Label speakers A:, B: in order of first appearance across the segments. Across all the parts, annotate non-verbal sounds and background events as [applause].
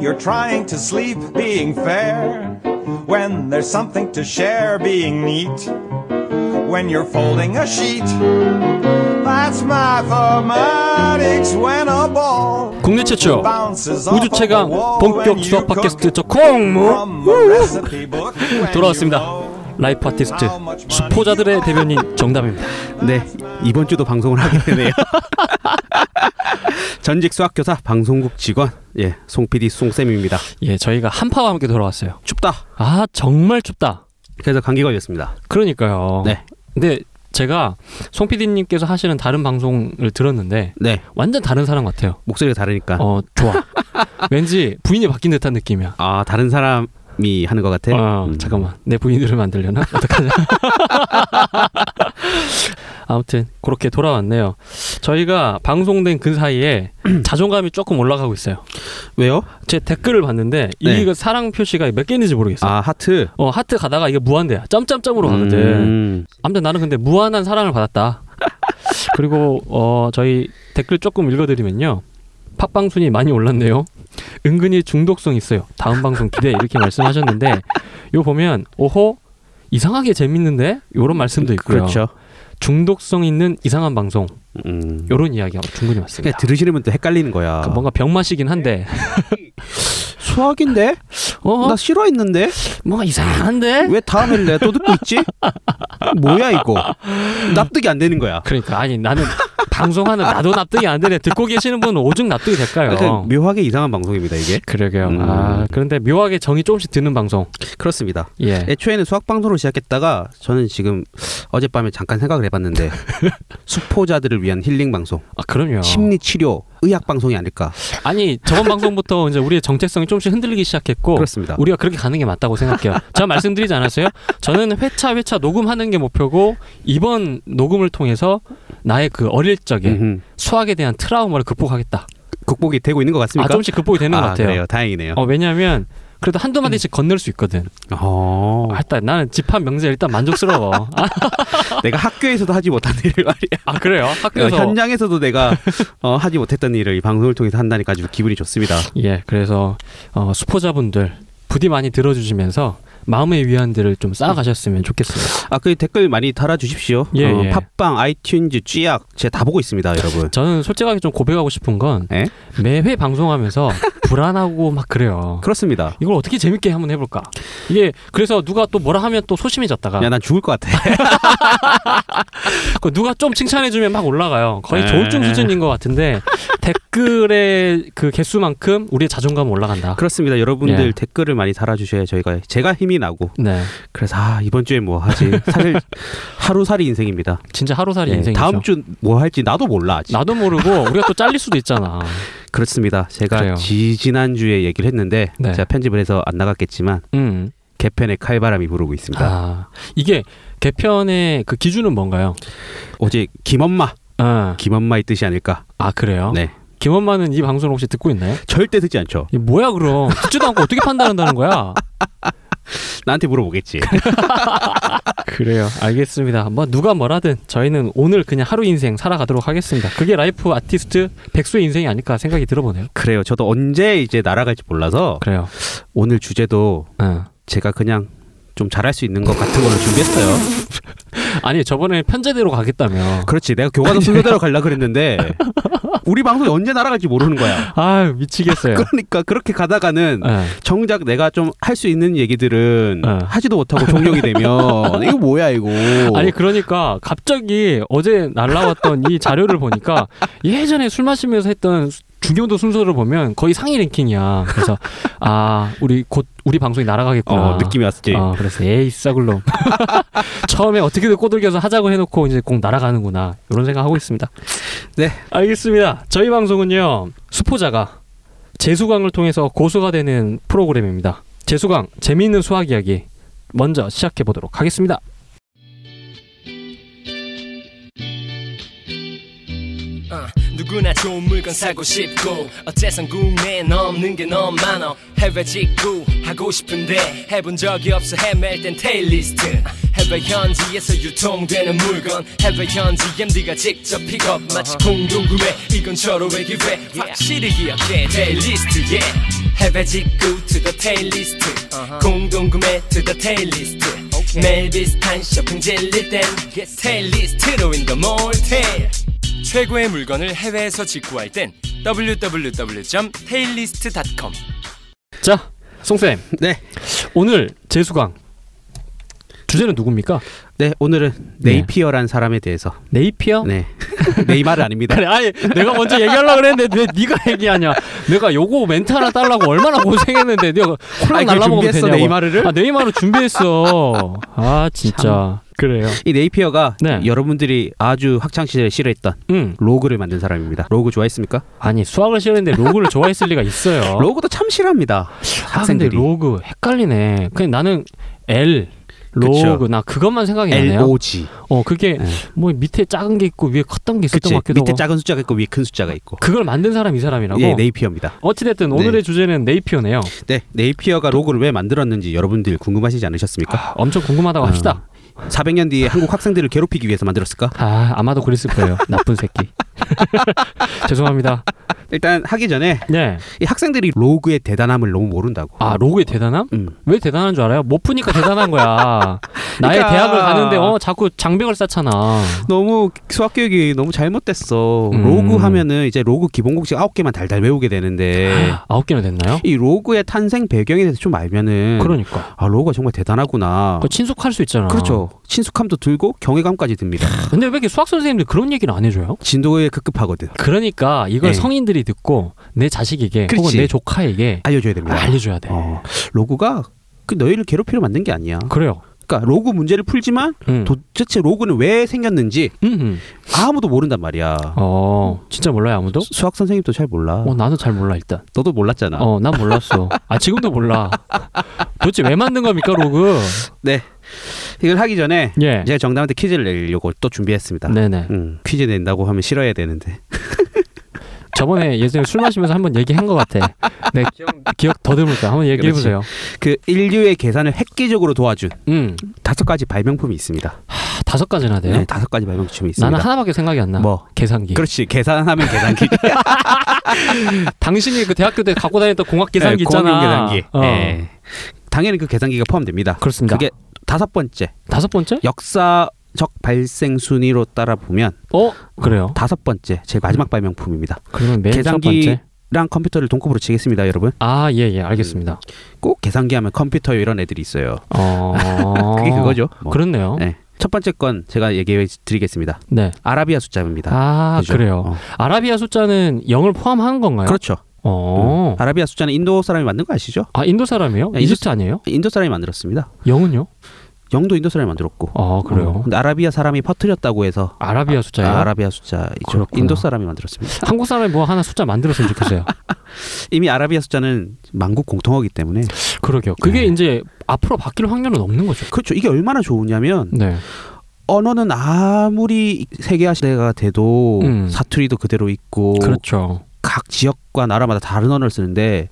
A: you're trying to sleep, being fair. When there's something to share, being neat. When you're folding a sheet. That's mathematics when a ball
B: 국내 최초
A: bounces off
B: 우주
A: of a
B: 최강
A: wall
B: 본격
A: when
B: 수학
A: you cook
B: 팟캐스트 저 콩무
A: from a recipe book when
B: 돌아왔습니다.
A: you know
B: 라이프 아티스트 수포자들의 대변인 정답입니다.
C: 네 이번 주도 방송을 하게
B: [laughs]
C: 되네요. 전직 수학교사 방송국 직원 예송 PD 송 쌤입니다.
B: 예, 저희가 한파와 함께 돌아왔어요.
C: 춥다.
B: 아 정말 춥다.
C: 그래서 감기 걸렸습니다.
B: 그러니까요.
C: 네.
B: 근데 제가 송 PD님께서 하시는 다른 방송을 들었는데
C: 네
B: 완전 다른 사람 같아요.
C: 목소리가 다르니까
B: 어 좋아.
C: [laughs]
B: 왠지 부인이 바뀐 듯한 느낌이야.
C: 아 다른 사람이 하는 것 같아.
B: 어,
C: 음.
B: 잠깐만 내 부인을 만들려나?
C: [laughs]
B: 어떡하냐? 아무튼 그렇게 돌아왔네요. 저희가 방송된 그 사이에
C: 음.
B: 자존감이 조금 올라가고 있어요.
C: 왜요?
B: 제 댓글을 봤는데
C: 네.
B: 이게 사랑 표시가 몇 개있는지 모르겠어요.
C: 아 하트.
B: 어 하트 가다가 이게 무한대야. 점점점으로 가거든.
C: 음.
B: 아무튼 나는 근데 무한한 사랑을 받았다. [laughs] 그리고 어 저희 댓글 조금 읽어드리면요. 팟빵 순위 많이 올랐네요. 은근히 중독성 있어요. 다음 방송 기대 이렇게 [laughs] 말씀하셨는데 요 보면 오호 이상하게 재밌는데 요런 말씀도 있고요.
C: 그렇죠.
B: 중독성 있는 이상한 방송
C: 음.
B: 요런 이야기가 충분히 맞습니다.
C: 그냥 들으시는 분도 헷갈리는 거야.
B: 뭔가 병맛이긴 한데
C: 수학인데?
B: 어
C: 아. 나 싫어했는데?
B: 뭔가 이상한데
C: 왜 다음 일래 또 듣고 있지? 뭐야 이거? 납득이 안 되는 거야.
B: 그러니까 아니 나는 방송하는 나도 납득이 안 되네. 듣고 계시는 분은 오죽 납득이 될까요?
C: 약간 묘하게 이상한 방송입니다 이게.
B: 그러게요.
C: 음.
B: 아, 그런데 묘하게 정이 조금씩 드는 방송.
C: 그렇습니다.
B: 예.
C: 애초에는 수학 방송으로 시작했다가 저는 지금 어젯밤에 잠깐 생각을 해봤는데
B: [laughs]
C: 수포자들을 위한 힐링 방송,
B: 아, 그럼요.
C: 심리 치료, 의학 방송이 아닐까.
B: 아니, 저번 방송부터 이제 우리의 정체성이 조금씩 흔들리기 시작했고
C: 그렇습니다.
B: 우리가 그렇게 가는 게 맞다고 생각해요. 제가 말씀드리지 않았어요? 저는 회차 회차 녹음하는 게 목표고 이번 녹음을 통해서 나의 그 어릴 적에
C: 음흠.
B: 수학에 대한 트라우마를 극복하겠다.
C: 극복이 되고 있는 것
B: 아,
C: 같습니까?
B: 조금씩 극복이 되는 것
C: 아,
B: 같아요.
C: 그래요. 음. 다행이네요.
B: 어, 왜냐면 그래도 한두 마디씩 건널 수 있거든.
C: 어,
B: 아, 일단 나는 집합 명제 일단 만족스러워. [laughs] 아,
C: 내가 학교에서도 하지 못한 일을 말이야.
B: 아, 그래요? 학교에서
C: 현장에서도 내가 어, 하지 못했던 일을 이 방송을 통해서 한다니까 아주 기분이 좋습니다.
B: 예, 그래서 어, 수포자분들 부디 많이 들어주시면서 마음의 위안들을 좀 쌓아가셨으면 좋겠습니다.
C: 아, 그 댓글 많이 달아주십시오.
B: 예,
C: 어,
B: 예.
C: 팟빵, 아이튠즈, 쥐약 제가 다 보고 있습니다,
B: [laughs]
C: 여러분.
B: 저는 솔직하게 좀 고백하고 싶은 건
C: 예?
B: 매회 방송하면서 불안하고 막 그래요.
C: 그렇습니다.
B: 이걸 어떻게 재밌게 한번 해볼까? 이게 그래서 누가 또 뭐라 하면 또 소심해졌다가
C: 야, 난 죽을 것 같아.
B: 그 누가 좀 칭찬해주면 막 올라가요. 거의
C: 에.
B: 조울증 수준인 것 같은데 댓글의 그 개수만큼 우리의 자존감 올라간다.
C: 아, 그렇습니다. 여러분들
B: 예.
C: 댓글을 많이 달아주셔야 저희가 제가 힘이 나고
B: 네,
C: 그래서 아 이번 주에 뭐 하지 사실
B: [laughs]
C: 하루살이 인생입니다.
B: 진짜 하루살이
C: 예,
B: 인생이죠.
C: 다음 주 뭐 할지 나도 몰라. 아직.
B: [laughs] 나도 모르고 우리가 또 잘릴 수도 있잖아.
C: 그렇습니다.
B: 그래요.
C: 제가 지지난 주에 얘기를 했는데
B: 네.
C: 제가 편집을 해서 안 나갔겠지만
B: 음.
C: 개편의 칼바람이 부르고 있습니다.
B: 아 이게 개편의 그 기준은 뭔가요?
C: 어제 김엄마
B: 아,
C: 김엄마의 뜻이 아닐까.
B: 아 그래요?
C: 네
B: 김원만은 이 방송을 혹시 듣고 있나요?
C: 절대 듣지 않죠.
B: 이 뭐야 그럼 듣지도 않고 어떻게 판단한다는 거야?
C: 나한테 물어보겠지.
B: 그래요. 알겠습니다. 뭐 누가 뭐라든 저희는 오늘 그냥 하루 인생 살아가도록 하겠습니다. 그게 라이프 아티스트 백수의 인생이 아닐까 생각이 들어보네요.
C: 그래요. 저도 언제 이제 날아갈지 몰라서
B: 그래요.
C: 오늘 주제도
B: 응.
C: 제가 그냥 좀 잘할 수 있는 것 같은 걸로 준비했어요.
B: 아니 저번에 편제대로 가겠다며.
C: 그렇지 내가 교과서 순서대로
B: [laughs]
C: 갈라 그랬는데 우리 방송이 언제 날아갈지 모르는 거야
B: 아 미치겠어요.
C: 그러니까 그렇게 가다가는
B: 예.
C: 정작 내가 좀 할 수 있는 얘기들은
B: 어.
C: 하지도 못하고
B: [laughs]
C: 종료이 되면 이거 뭐야 이거
B: 아니 그러니까 갑자기 어제 날라왔던 이 자료를 보니까 예전에 술 마시면서 했던 수- 중요도 순서를 보면 거의 상위 랭킹이야. 그래서 아 우리 곧 우리 방송이 날아가겠구나.
C: 어, 느낌이 왔지
B: 어, 그래서 에이 싸굴놈. [laughs] 처음에 어떻게든 꼬들겨서 하자고 해놓고 이제 꼭 날아가는구나 이런 생각 하고 있습니다.
C: 네.
B: 알겠습니다. 저희 방송은요 수포자가 재수강을 통해서 고수가 되는 프로그램입니다. 재수강 재미있는 수학 이야기 먼저 시작해 보도록 하겠습니다.
D: 어, 누구나 좋은 물건 사고 싶고 어째선 국내에 넘는 게 너무 많아 해외 직구 하고 싶은데 해본 적이 없어 헤맬 땐 테일리스트 해외 해외 현지에서 유통되는 물건 해외 현지 MD가 직접 픽업 마치 공동구매 이건 절호의 기회 확실히 기억해 데일리스트 yeah. 해외 직구 to the 테일리스트 공동구매 to the 테일리스트 매일 비슷한 쇼핑 질릴 땐 테일리스트로 in the mall 테일 최고의 물건을 해외에서 직구할 땐 www.taillist.com
B: 자, 송쌤
C: 네,
B: 오늘 재수강 주제는 누굽니까?
C: 네 오늘은 네이피어란 사람에 대해서.
B: 네이피어?
C: 네, [laughs] 네이마르 아닙니다.
B: 그래, 아니 내가 먼저 얘기하려고 그랬는데 왜 네가 얘기하냐? 내가 요거 멘트 하나 달라고 얼마나 고생했는데 내가 콜랑
C: 아니, 그걸
B: 날라먹으면
C: 준비했어,
B: 되냐고.
C: 네이마르를?
B: 아 네이마르 준비했어. 아 진짜 그래요.
C: 이 네이피어가
B: 네.
C: 여러분들이 아주 학창 시절에 싫어했던
B: 응.
C: 로그를 만든 사람입니다. 로그 좋아했습니까?
B: 아니 수학을 싫어했는데 로그를 좋아했을 리가 있어요. [laughs]
C: 로그도 참 싫어합니다.
B: 아 근데
C: 학생들이
B: 로그 헷갈리네. 그냥 나는 L 로그
C: 그쵸.
B: 나 그것만 생각이
C: L
B: 나네요.
C: O G.
B: 어 예, 그게
C: 네.
B: 뭐 밑에 작은 게 있고 위에 컸던 게 있었던
C: 그치.
B: 것 같기도
C: 밑에
B: 하고.
C: 작은 숫자가 있고 위에 큰 숫자가 있고.
B: 그걸 만든 사람 이 사람이라고.
C: 예, 네이피어입니다.
B: 어찌됐든
C: 네.
B: 오늘의 주제는 네이피어네요.
C: 네, 네이피어가 로고를 왜 만들었는지 여러분들 궁금하시지 않으셨습니까?
B: 아, 엄청 궁금하다고 합시다.
C: 아. 400년 뒤에 한국 학생들을 괴롭히기 위해서 만들었을까?
B: 아 아마도 그랬을
C: [laughs]
B: 거예요. 나쁜 새끼. [laughs] 죄송합니다.
C: 일단 하기 전에
B: 네.
C: 이 학생들이 로그의 대단함을 너무 모른다고.
B: 아 로그의 대단함?
C: 음.
B: 왜 대단한 줄 알아요? 못 푸니까 대단한
C: [laughs]
B: 거야. 나의
C: 그러니까.
B: 대학을 가는데 어 자꾸 장벽을 쌓잖아.
C: 너무 수학 교육이 너무 잘못됐어.
B: 음.
C: 로그 하면은 이제 로그 기본 공식 아홉 개만 달달 외우게 되는데
B: 아홉 개나 됐나요?
C: 이 로그의 탄생 배경에 대해서 좀 알면은
B: 그러니까.
C: 음. 아 로그가 정말 대단하구나.
B: 그거 친숙할 수 있잖아.
C: 그렇죠. 친숙함도 들고 경외감까지 듭니다.
B: 근데 왜 이렇게 수학 선생님들 그런 얘기를 안 해줘요?
C: 진도에 급급하거든.
B: 그러니까 이걸
C: 네.
B: 성인들이 듣고 내 자식에게 혹은
C: 그렇지.
B: 내 조카에게
C: 알려줘야 됩니다.
B: 알려줘야 돼.
C: 어, 로그가 그 너희를 괴롭히려 만든 게 아니야.
B: 그래요.
C: 그러니까 로그 문제를 풀지만
B: 음.
C: 도대체 로그는 왜 생겼는지
B: 음, 음.
C: 아무도 모른단 말이야.
B: 어, 진짜 몰라요 아무도?
C: 수- 수학 선생님도 잘 몰라.
B: 어, 나도 잘 몰라 일단.
C: 너도 몰랐잖아.
B: 어, 난 몰랐어. 아 지금도 몰라. 도대체 왜 만든 겁니까 로그?
C: 네. 이걸 하기 전에
B: 예.
C: 제가 정답한테 퀴즈를 내려고 또 준비했습니다.
B: 네네.
C: 음, 퀴즈 낸다고 하면 싫어야 되는데.
B: 저번에 예전에 술 마시면서 한번 얘기한 것 같아.
C: [laughs]
B: 네, 기억 더듬을까? 한번 얘기해 보세요.
C: 그 인류의 계산을 획기적으로 도와준
B: 음,
C: 다섯 가지 발명품이 있습니다.
B: 다- 다섯 가지나 돼요.
C: 네, 다섯 가지 발명품이 있습니다.
B: 나는 하나밖에 생각이 안 나.
C: 뭐?
B: 계산기.
C: 그렇지. 계산하면 계산기.
B: 당신이 그 대학교 때 갖고 다녔던 공학 [laughs] 계산기
C: 네,
B: 있잖아.
C: 공용 계산기.
B: 어.
C: 네. 당연히 그 계산기가 포함됩니다.
B: 그렇습니다.
C: 그게 다섯 번째
B: 다섯 번째?
C: 역사적 발생 순위로 따라 보면
B: 어, 그래요.
C: 다섯 번째 제
B: 음.
C: 마지막 발명품입니다.
B: 그러면 맨 첫
C: 계산기
B: 번째.
C: 랑 컴퓨터를 동급으로 치겠습니다, 여러분.
B: 아, 예, 예, 알겠습니다.
C: 꼭 계산기 하면 컴퓨터 이런 애들이 있어요.
B: 어,
C: 음. [laughs] 그게 그거죠. 뭐.
B: 그렇네요. 네.
C: 네. 첫 번째 건 제가 얘기해 드리겠습니다. 아라비아 숫자입니다.
B: 아,
C: 그죠?
B: 그래요
C: 어.
B: 아라비아 숫자는 0을 포함한 건가요?
C: 그렇죠.
B: 어.
C: 음. 아라비아 숫자는 인도 사람이 만든 거 아시죠?
B: 아, 인도 사람이에요?
C: 네,
B: 이집트 아니에요?
C: 인도 사람이 만들었습니다.
B: 0은요?
C: 영도 인도 사람이 만들었고.
B: 아, 그래요.
C: 어, 근데 아라비아 사람이 퍼뜨렸다고 해서
B: 아라비아 숫자요?
C: 아라비아 숫자이죠.
B: 그렇구나.
C: 인도 사람이 만들었습니다. [laughs]
B: 한국 사람이 뭐 하나 숫자 만들었으면 좋겠어요.
C: 이미 아라비아 숫자는 만국 공통어기 때문에
B: 그러게요.
C: 네.
B: 그게 이제 앞으로 바뀔 확률은 없는 거죠.
C: 그렇죠. 이게 얼마나 좋으냐면
B: 네.
C: 언어는 아무리 세계화 시대가 돼도
B: 음.
C: 사투리도 그대로 있고
B: 그렇죠.
C: 각 지역과 나라마다 다른 언어를 쓰는데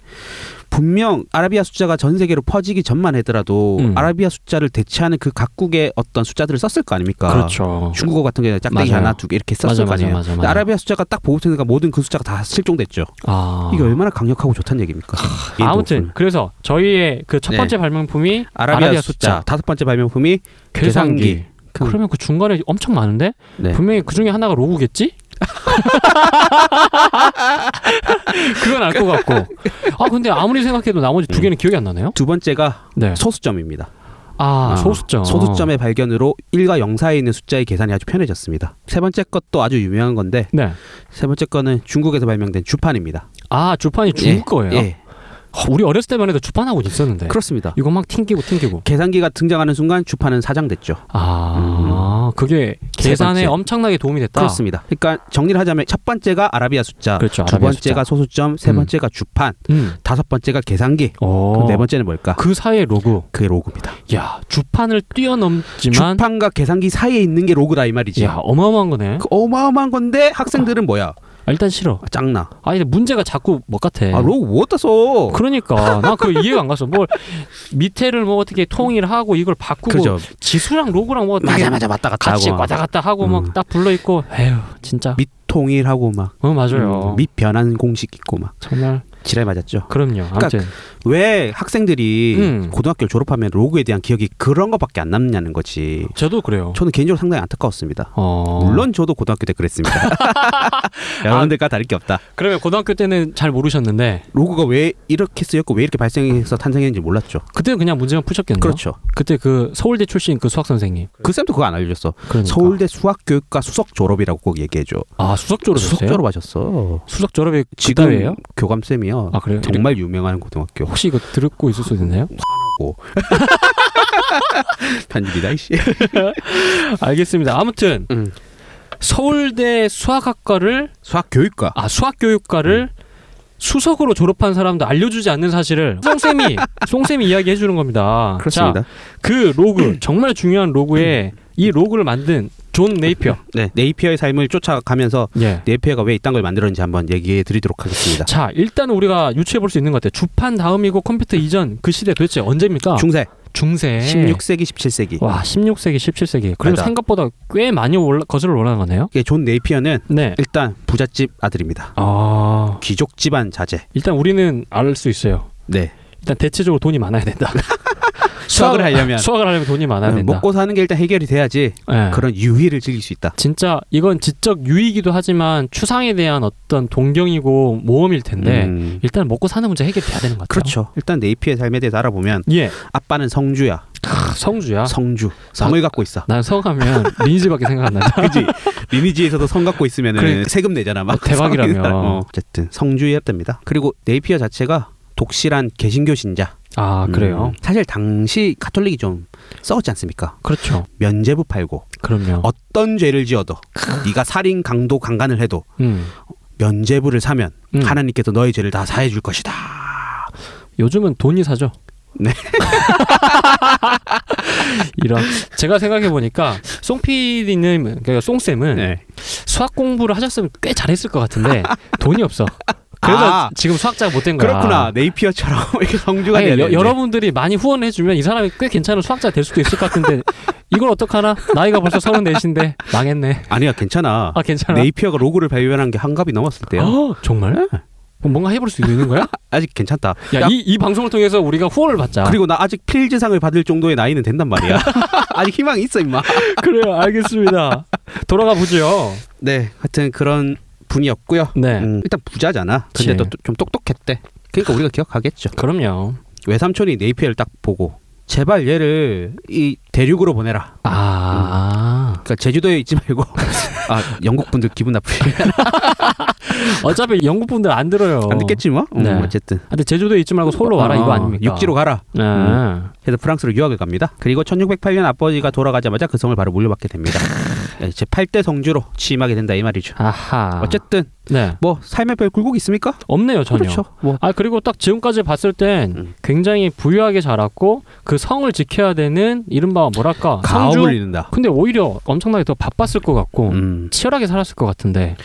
C: 분명 아라비아 숫자가 전 세계로 퍼지기 전만 하더라도
B: 음.
C: 아라비아 숫자를 대체하는 그 각국의 어떤 숫자들을 썼을 거 아닙니까?
B: 그렇죠.
C: 중국어 같은 경우에 짝대기
B: 맞아요.
C: 하나 두 개 이렇게 썼을
B: 맞아,
C: 거
B: 맞아,
C: 아니에요.
B: 맞아,
C: 근데
B: 맞아.
C: 아라비아 숫자가 딱 보급되니까 모든 그 숫자가 다 실종됐죠.
B: 아.
C: 이게 얼마나 강력하고 좋다는 얘기입니까? 인도
B: 아무튼
C: 분.
B: 그래서 저희의 그 첫
C: 네.
B: 번째 발명품이
C: 아라비아, 숫자. 다섯 번째 발명품이
B: 계산기.
C: 계산기.
B: 그러면 그 중간에 엄청 많은데
C: 네.
B: 분명히 그 중에 하나가
C: [laughs]
B: 로고겠지? 그건 알 것 같고. 아 근데 아무리 생각해도 나머지 두 개는 기억이 안 나네요.
C: 두 번째가
B: 네.
C: 소수점입니다.
B: 아,
C: 아,
B: 소수점.
C: 소수점의 발견으로 1과 0 사이에 있는 숫자의 계산이 아주 편해졌습니다. 세 번째 것도 아주 유명한 건데
B: 네.
C: 세 번째 거는 중국에서 발명된 주판입니다.
B: 아 주판이 중국 거예요.
C: 예,
B: 어, 우리 어렸을 때만 해도 주판하고 있었는데.
C: 그렇습니다.
B: 이거 막 튕기고 튕기고.
C: 계산기가 등장하는 순간 주판은 사장됐죠.
B: 아, 그게
C: 음. 세
B: 계산에
C: 번째.
B: 엄청나게 도움이 됐다.
C: 그렇습니다. 그러니까 정리를 하자면 첫 번째가 아라비아 숫자,
B: 그렇죠.
C: 두
B: 아라비아
C: 번째가 소수점, 세
B: 음.
C: 번째가 주판,
B: 음.
C: 다섯 번째가 계산기,
B: 어.
C: 그럼 네 번째는 뭘까?
B: 그 사이의 로그.
C: 그게 로그입니다.
B: 야, 주판을 뛰어넘지만
C: 주판과 계산기 사이에 있는 게 로그다 이 말이지.
B: 야, 어마어마한 거네.
C: 그 어마어마한 건데 학생들은 뭐야?
B: 아, 일단 싫어.
C: 아, 짱나.
B: 아니 근데 문제가 자꾸 뭐 같아.
C: 아 로고 뭐다 써?
B: 그러니까 나 그거 이해가 안 갔어. 뭘 밑에를 뭐 어떻게 통일하고 이걸 바꾸고
C: 그죠.
B: 지수랑 로고랑 뭐
C: 맞아 맞아 왔다 갔다
B: 같이
C: 하고.
B: 왔다 갔다 하고
C: 음.
B: 막 딱 불러 있고 에휴 진짜
C: 밑통일하고 막
B: 어 맞아요.
C: 밑 변한 공식 있고 막
B: 정말
C: 지랄 맞았죠.
B: 그럼요. 아무튼
C: 왜 학생들이
B: 음.
C: 고등학교를 졸업하면 로고에 대한 기억이 그런 것밖에 안 남냐는 거지.
B: 저도 그래요.
C: 저는 개인적으로 상당히 안타까웠습니다.
B: 어.
C: 물론 저도 고등학교 때
B: [laughs]
C: 그랬습니다. [laughs] 여러분들과 다를 게 없다.
B: 그러면 고등학교 때는 잘 모르셨는데
C: 로고가 왜 이렇게 쓰였고 왜 이렇게 발생해서 탄생했는지 몰랐죠.
B: 그때는 그냥 문제만 푸셨겠네요.
C: 그렇죠.
B: 그때 그 서울대 출신 그 수학 선생님.
C: 그 쌤도 그거 안 알려줬어.
B: 그러니까.
C: 서울대 수학교육과 수석 졸업이라고 꼭 얘기해줘.
B: 아 수석 졸업했어요?
C: 수석 졸업하셨어.
B: 수석 졸업이
C: 지금
B: 그따위예요?
C: 교감 쌤이요.
B: 아 그래요?
C: 정말 유명한 고등학교. [laughs]
B: 혹시 이거 듣고 있을 수 있나요? [laughs] [laughs]
C: 편집이다 이씨.
B: 알겠습니다. 아무튼
C: 음.
B: 서울대 수학학과를
C: 수학교육과.
B: 아 수학교육과를
C: 음.
B: 수석으로 졸업한 사람도 알려주지 않는 사실을
C: [laughs]
B: 송쌤이 송쌤이 이야기해 주는 겁니다.
C: 그렇습니다. 음.
B: 자, 그 로그 정말 중요한 로그에 이 로그를 만든 존 네이피어.
C: 네, 네이피어의 삶을 쫓아가면서
B: 예.
C: 네이피어가 왜 이딴 걸 만들었는지 한번 얘기해 드리도록 하겠습니다.
B: 자 일단 우리가 유추해 볼 수 있는 것 같아요. 주판 다음이고 컴퓨터 이전 그 시대 도대체 언제입니까?
C: 중세,
B: 중세.
C: 16세기, 17세기.
B: 예. 와 16세기 17세기. 그럼
C: 맞아.
B: 생각보다 꽤 많이 올라 거슬러 올라간 거네요.
C: 이게 예, 존 네이피어는
B: 네.
C: 일단 부잣집 아들입니다.
B: 아
C: 귀족 집안 자제.
B: 일단 우리는 알 수 있어요.
C: 네.
B: 일단 대체적으로 돈이 많아야 된다.
C: 수학을
B: [laughs]
C: 하려면
B: 수학을 하려면 돈이 많아야
C: 음,
B: 된다.
C: 먹고 사는 게 일단 해결이 돼야지
B: 예.
C: 그런 유희를 즐길 수 있다.
B: 진짜 이건 지적 유의이기도 하지만 추상에 대한 어떤 동경이고 모험일 텐데
C: 음,
B: 일단 먹고 사는 문제 해결돼야 되는 것 같아요.
C: 그렇죠. 일단 네이피의 삶에 대해서 알아보면
B: 예,
C: 아빠는 성주야.
B: 크, 성주야.
C: 성주. 성을 갖고 있어.
B: 난
C: [laughs]
B: 성하면 리니지밖에 생각 안 난다.
C: 그지 리니지에서도 성 갖고 있으면 은
B: 그러니까.
C: 세금 내잖아 막
B: 어, 대박이라며.
C: 성인 사람. [laughs] 어, 어쨌든 성주였답니다 그리고 네이피어 자체가 독실한 개신교 신자
B: 아 그래요.
C: 음, 사실 당시 카톨릭이 좀 싸웠지 않습니까
B: 그렇죠.
C: 면제부 팔고
B: 그럼요.
C: 어떤 죄를 지어도 네가 살인 강도 강간을 해도
B: 음.
C: 면제부를 사면
B: 음.
C: 하나님께서 너의 죄를 다 사해 줄 것이다
B: 요즘은 돈이 사죠.
C: 네.
B: [laughs] 이런 제가 생각해 보니까 송 PD님 그러니까 송 쌤은
C: 네.
B: 수학 공부를 하셨으면 꽤 잘했을 것 같은데 돈이 없어. 그래서
C: 아.
B: 지금 수학자가 못 된 거야.
C: 그렇구나 네이피어처럼 [laughs] 네. 이렇게 성주가
B: 아니,
C: 돼야
B: 여,
C: 되는데.
B: 여러분들이 많이 후원해주면 이 사람이 꽤 괜찮은 수학자 될 수도 있을 것
C: [laughs]
B: 같은데 이걸 어떡하나? 나이가 벌써 서른 넷인데 망했네.
C: 아니야 괜찮아
B: 아 괜찮아.
C: 네이피어가 로고를 발견한 게 한갑이 넘었을 때요
B: 어, 정말? 그럼 뭔가 해볼 수 있는 거야?
C: 아직 괜찮다
B: 야, 이, 이 방송을 통해서 우리가 후원을 받자.
C: 그리고 나 아직 필즈상을 받을 정도의 나이는 된단 [laughs] 말이야. 아직 희망이 있어 임마.
B: 그래요, 알겠습니다. [laughs] 돌아가 보죠.
C: 네, 하여튼 그런 분이었고요.
B: 네.
C: 음, 일단 부자잖아.
B: 그치.
C: 근데 또 좀 똑똑했대. 그러니까 우리가 기억하겠죠.
B: 그럼요.
C: 외삼촌이 네이피엘 딱 보고 제발 얘를 이 대륙으로 보내라.
B: 아,
C: 그러니까 제주도에 있지 말고 [laughs] 아 영국 분들 기분 나쁘게 [laughs]
B: 어차피 영국 분들 안 들어요.
C: 안 듣겠지 뭐. 음,
B: 네.
C: 어쨌든
B: 근데 제주도에 있지 말고 서울로 와라 이거
C: 어,
B: 아닙니까?
C: 육지로 가라.
B: 네.
C: 음. 그래서 프랑스로 유학을 갑니다. 그리고 1608년 아버지가 돌아가자마자 그 성을 바로 물려받게 됩니다. 네, 제 8대 성주로 취임하게 된다 이 말이죠.
B: 아하.
C: 어쨌든
B: 네.
C: 뭐 삶에 별 굴곡이 있습니까?
B: 없네요 전혀.
C: 그렇죠. 뭐
B: 아 그리고 딱 지금까지 봤을 땐
C: 음.
B: 굉장히 부유하게 자랐고 그 성을 지켜야 되는 이른바 뭐랄까
C: 가업을
B: 성주.
C: 이른다.
B: 근데 오히려 엄청나게 더 바빴을 것 같고
C: 음.
B: 치열하게 살았을 것 같은데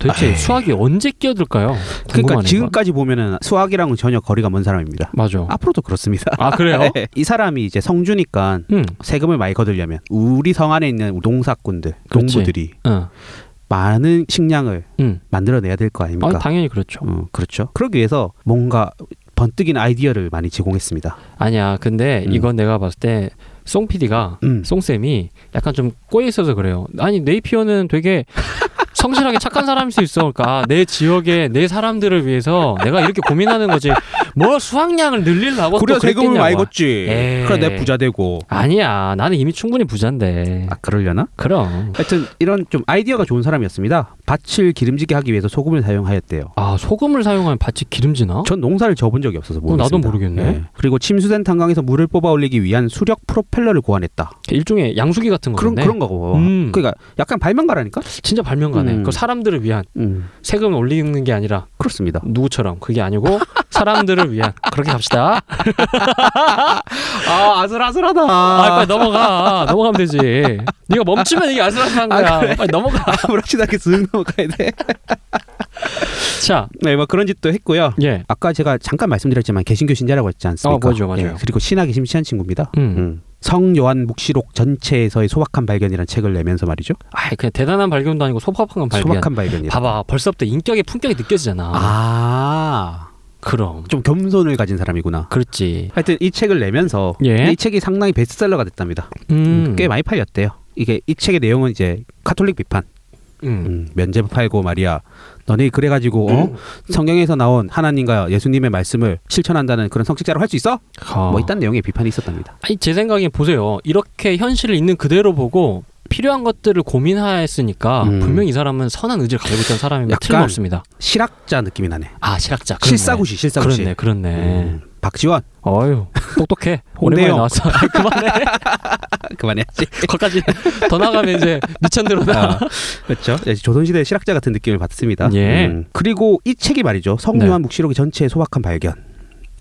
B: 도대체
C: 에이.
B: 수학이 언제 끼어들까요?
C: 그러니까
B: 궁금하네요.
C: 지금까지 보면은 수학이랑은 전혀 거리가 먼 사람입니다.
B: 맞아.
C: 앞으로도 그렇습니다.
B: 아 어.
C: [laughs]
B: 그래요?
C: 네. 이 사람이 이제 성주니까
B: 응.
C: 세금을 많이 거두려면 우리 성 안에 있는 농사꾼들,
B: 그렇지.
C: 농부들이
B: 응.
C: 많은 식량을
B: 응.
C: 만들어내야 될 거
B: 아
C: 아닙니까?
B: 당연히 그렇죠.
C: 음, 그렇죠. 그러기 위해서 뭔가 번뜩이는 아이디어를 많이 제공했습니다.
B: 아니야. 근데
C: 음.
B: 이건 내가 봤을 때송 PD가
C: 음.
B: 송쌤이 약간 좀 꼬여 있어서 그래요. 아니 네이피어는 되게 성실하게 착한 사람일 수 있어. 그러니까 아, 내 지역에 내 사람들을 위해서 내가 이렇게 고민하는 거지. 뭐 수확량을 늘리려고 뭐 또
C: 그래 세금을
B: 그랬겠냐고.
C: 많이 걷지.
B: 에이.
C: 그래 내 부자 되고.
B: 아니야. 나는 이미 충분히 부자인데.
C: 아 그러려나?
B: 그럼.
C: 하여튼 이런 좀 아이디어가 좋은 사람이었습니다. 밭을 기름지게 하기 위해서 소금을 사용하였대요.
B: 아 소금을 사용하면 밭이 기름지나?
C: 전 농사를 접은 적이 없어서 모르겠습니다.
B: 나도 모르겠네.
C: 그리고 침수된 탄광에서 물을 뽑아 올리기 위한 수력 프로펠러를 고안했다.
B: 일종의 양수기 같은
C: 그런
B: 건데.
C: 그런 거고.
B: 음.
C: 그러니까 약간 발명가라니까.
B: 진짜 발명가네.
C: 음.
B: 그 사람들을 위한
C: 음,
B: 세금 올리는 게 아니라
C: 그렇습니다.
B: 누구처럼 그게
C: [laughs]
B: 아니고 사람들을 위한 그렇게 갑시다.
C: 아 아슬아슬하다.
B: 아, 빨리 넘어가. 넘어가면 되지.
C: 아, [laughs]
B: 네가 멈추면 이게 아슬아슬한 거야. 빨리 넘어가.
C: 무락시하게 쓱 넘어가야 돼.
B: 자,
C: [laughs] 네, 뭐 그런 짓도 했고요.
B: 예.
C: 아까 제가 잠깐 말씀드렸지만 개신교 신자라고 했지 않습니까? 예,
B: 어, 맞아요, 맞아요.
C: 그리고 신학이 심취한 친구입니다.
B: 음.
C: 음. 성 요한 묵시록 전체에서의 소박한 발견이라는 책을 내면서 말이죠.
B: 아, 그냥 대단한 발견도 아니고 소박한 발견.
C: 소박한 발견이라.
B: 봐봐, 벌써부터 인격의 품격이 느껴지잖아.
C: 아,
B: 그럼.
C: 좀 겸손을 가진 사람이구나.
B: 그렇지.
C: 하여튼 이 책을 내면서
B: 예.
C: 근데 이 책이 상당히 베스트셀러가 됐답니다.
B: 음.
C: 꽤 많이 팔렸대요. 이게 이 책의 내용은 이제 카톨릭 비판,
B: 음.
C: 음, 면죄부 팔고 말이야. 너네 그래가지고 어? 성경에서 나온 하나님과 예수님의 말씀을 실천한다는 그런 성직자로 할 수 있어?
B: 어.
C: 뭐 이딴 내용의 비판이 있었답니다.
B: 아니 제 생각에 보세요. 이렇게 현실을 있는 그대로 보고 필요한 것들을 고민하였으니까
C: 음.
B: 분명 히 이 사람은 선한 의지를 가지고 있던 사람이면
C: 약간
B: 틀림없습니다.
C: 실학자 느낌이 나네.
B: 아 실학자. 그렇네.
C: 실사구시 실사구시.
B: 그렇네, 그렇네.
C: 음, 박지원
B: 어유
C: [laughs]
B: 똑똑해. 오랜만에
C: 홍대영.
B: 나왔어. 아이, [laughs] 그만해.
C: 아, 그만해야지.
B: 거기까지 더 나가면 이제 미천대로 나.
C: 그렇죠. 예, 조선시대 실학자 같은 느낌을 받습니다. 음.
B: 예. 네.
C: 그리고 이 책이 말이죠. 성요한 묵시록의 전체의 소박한 발견.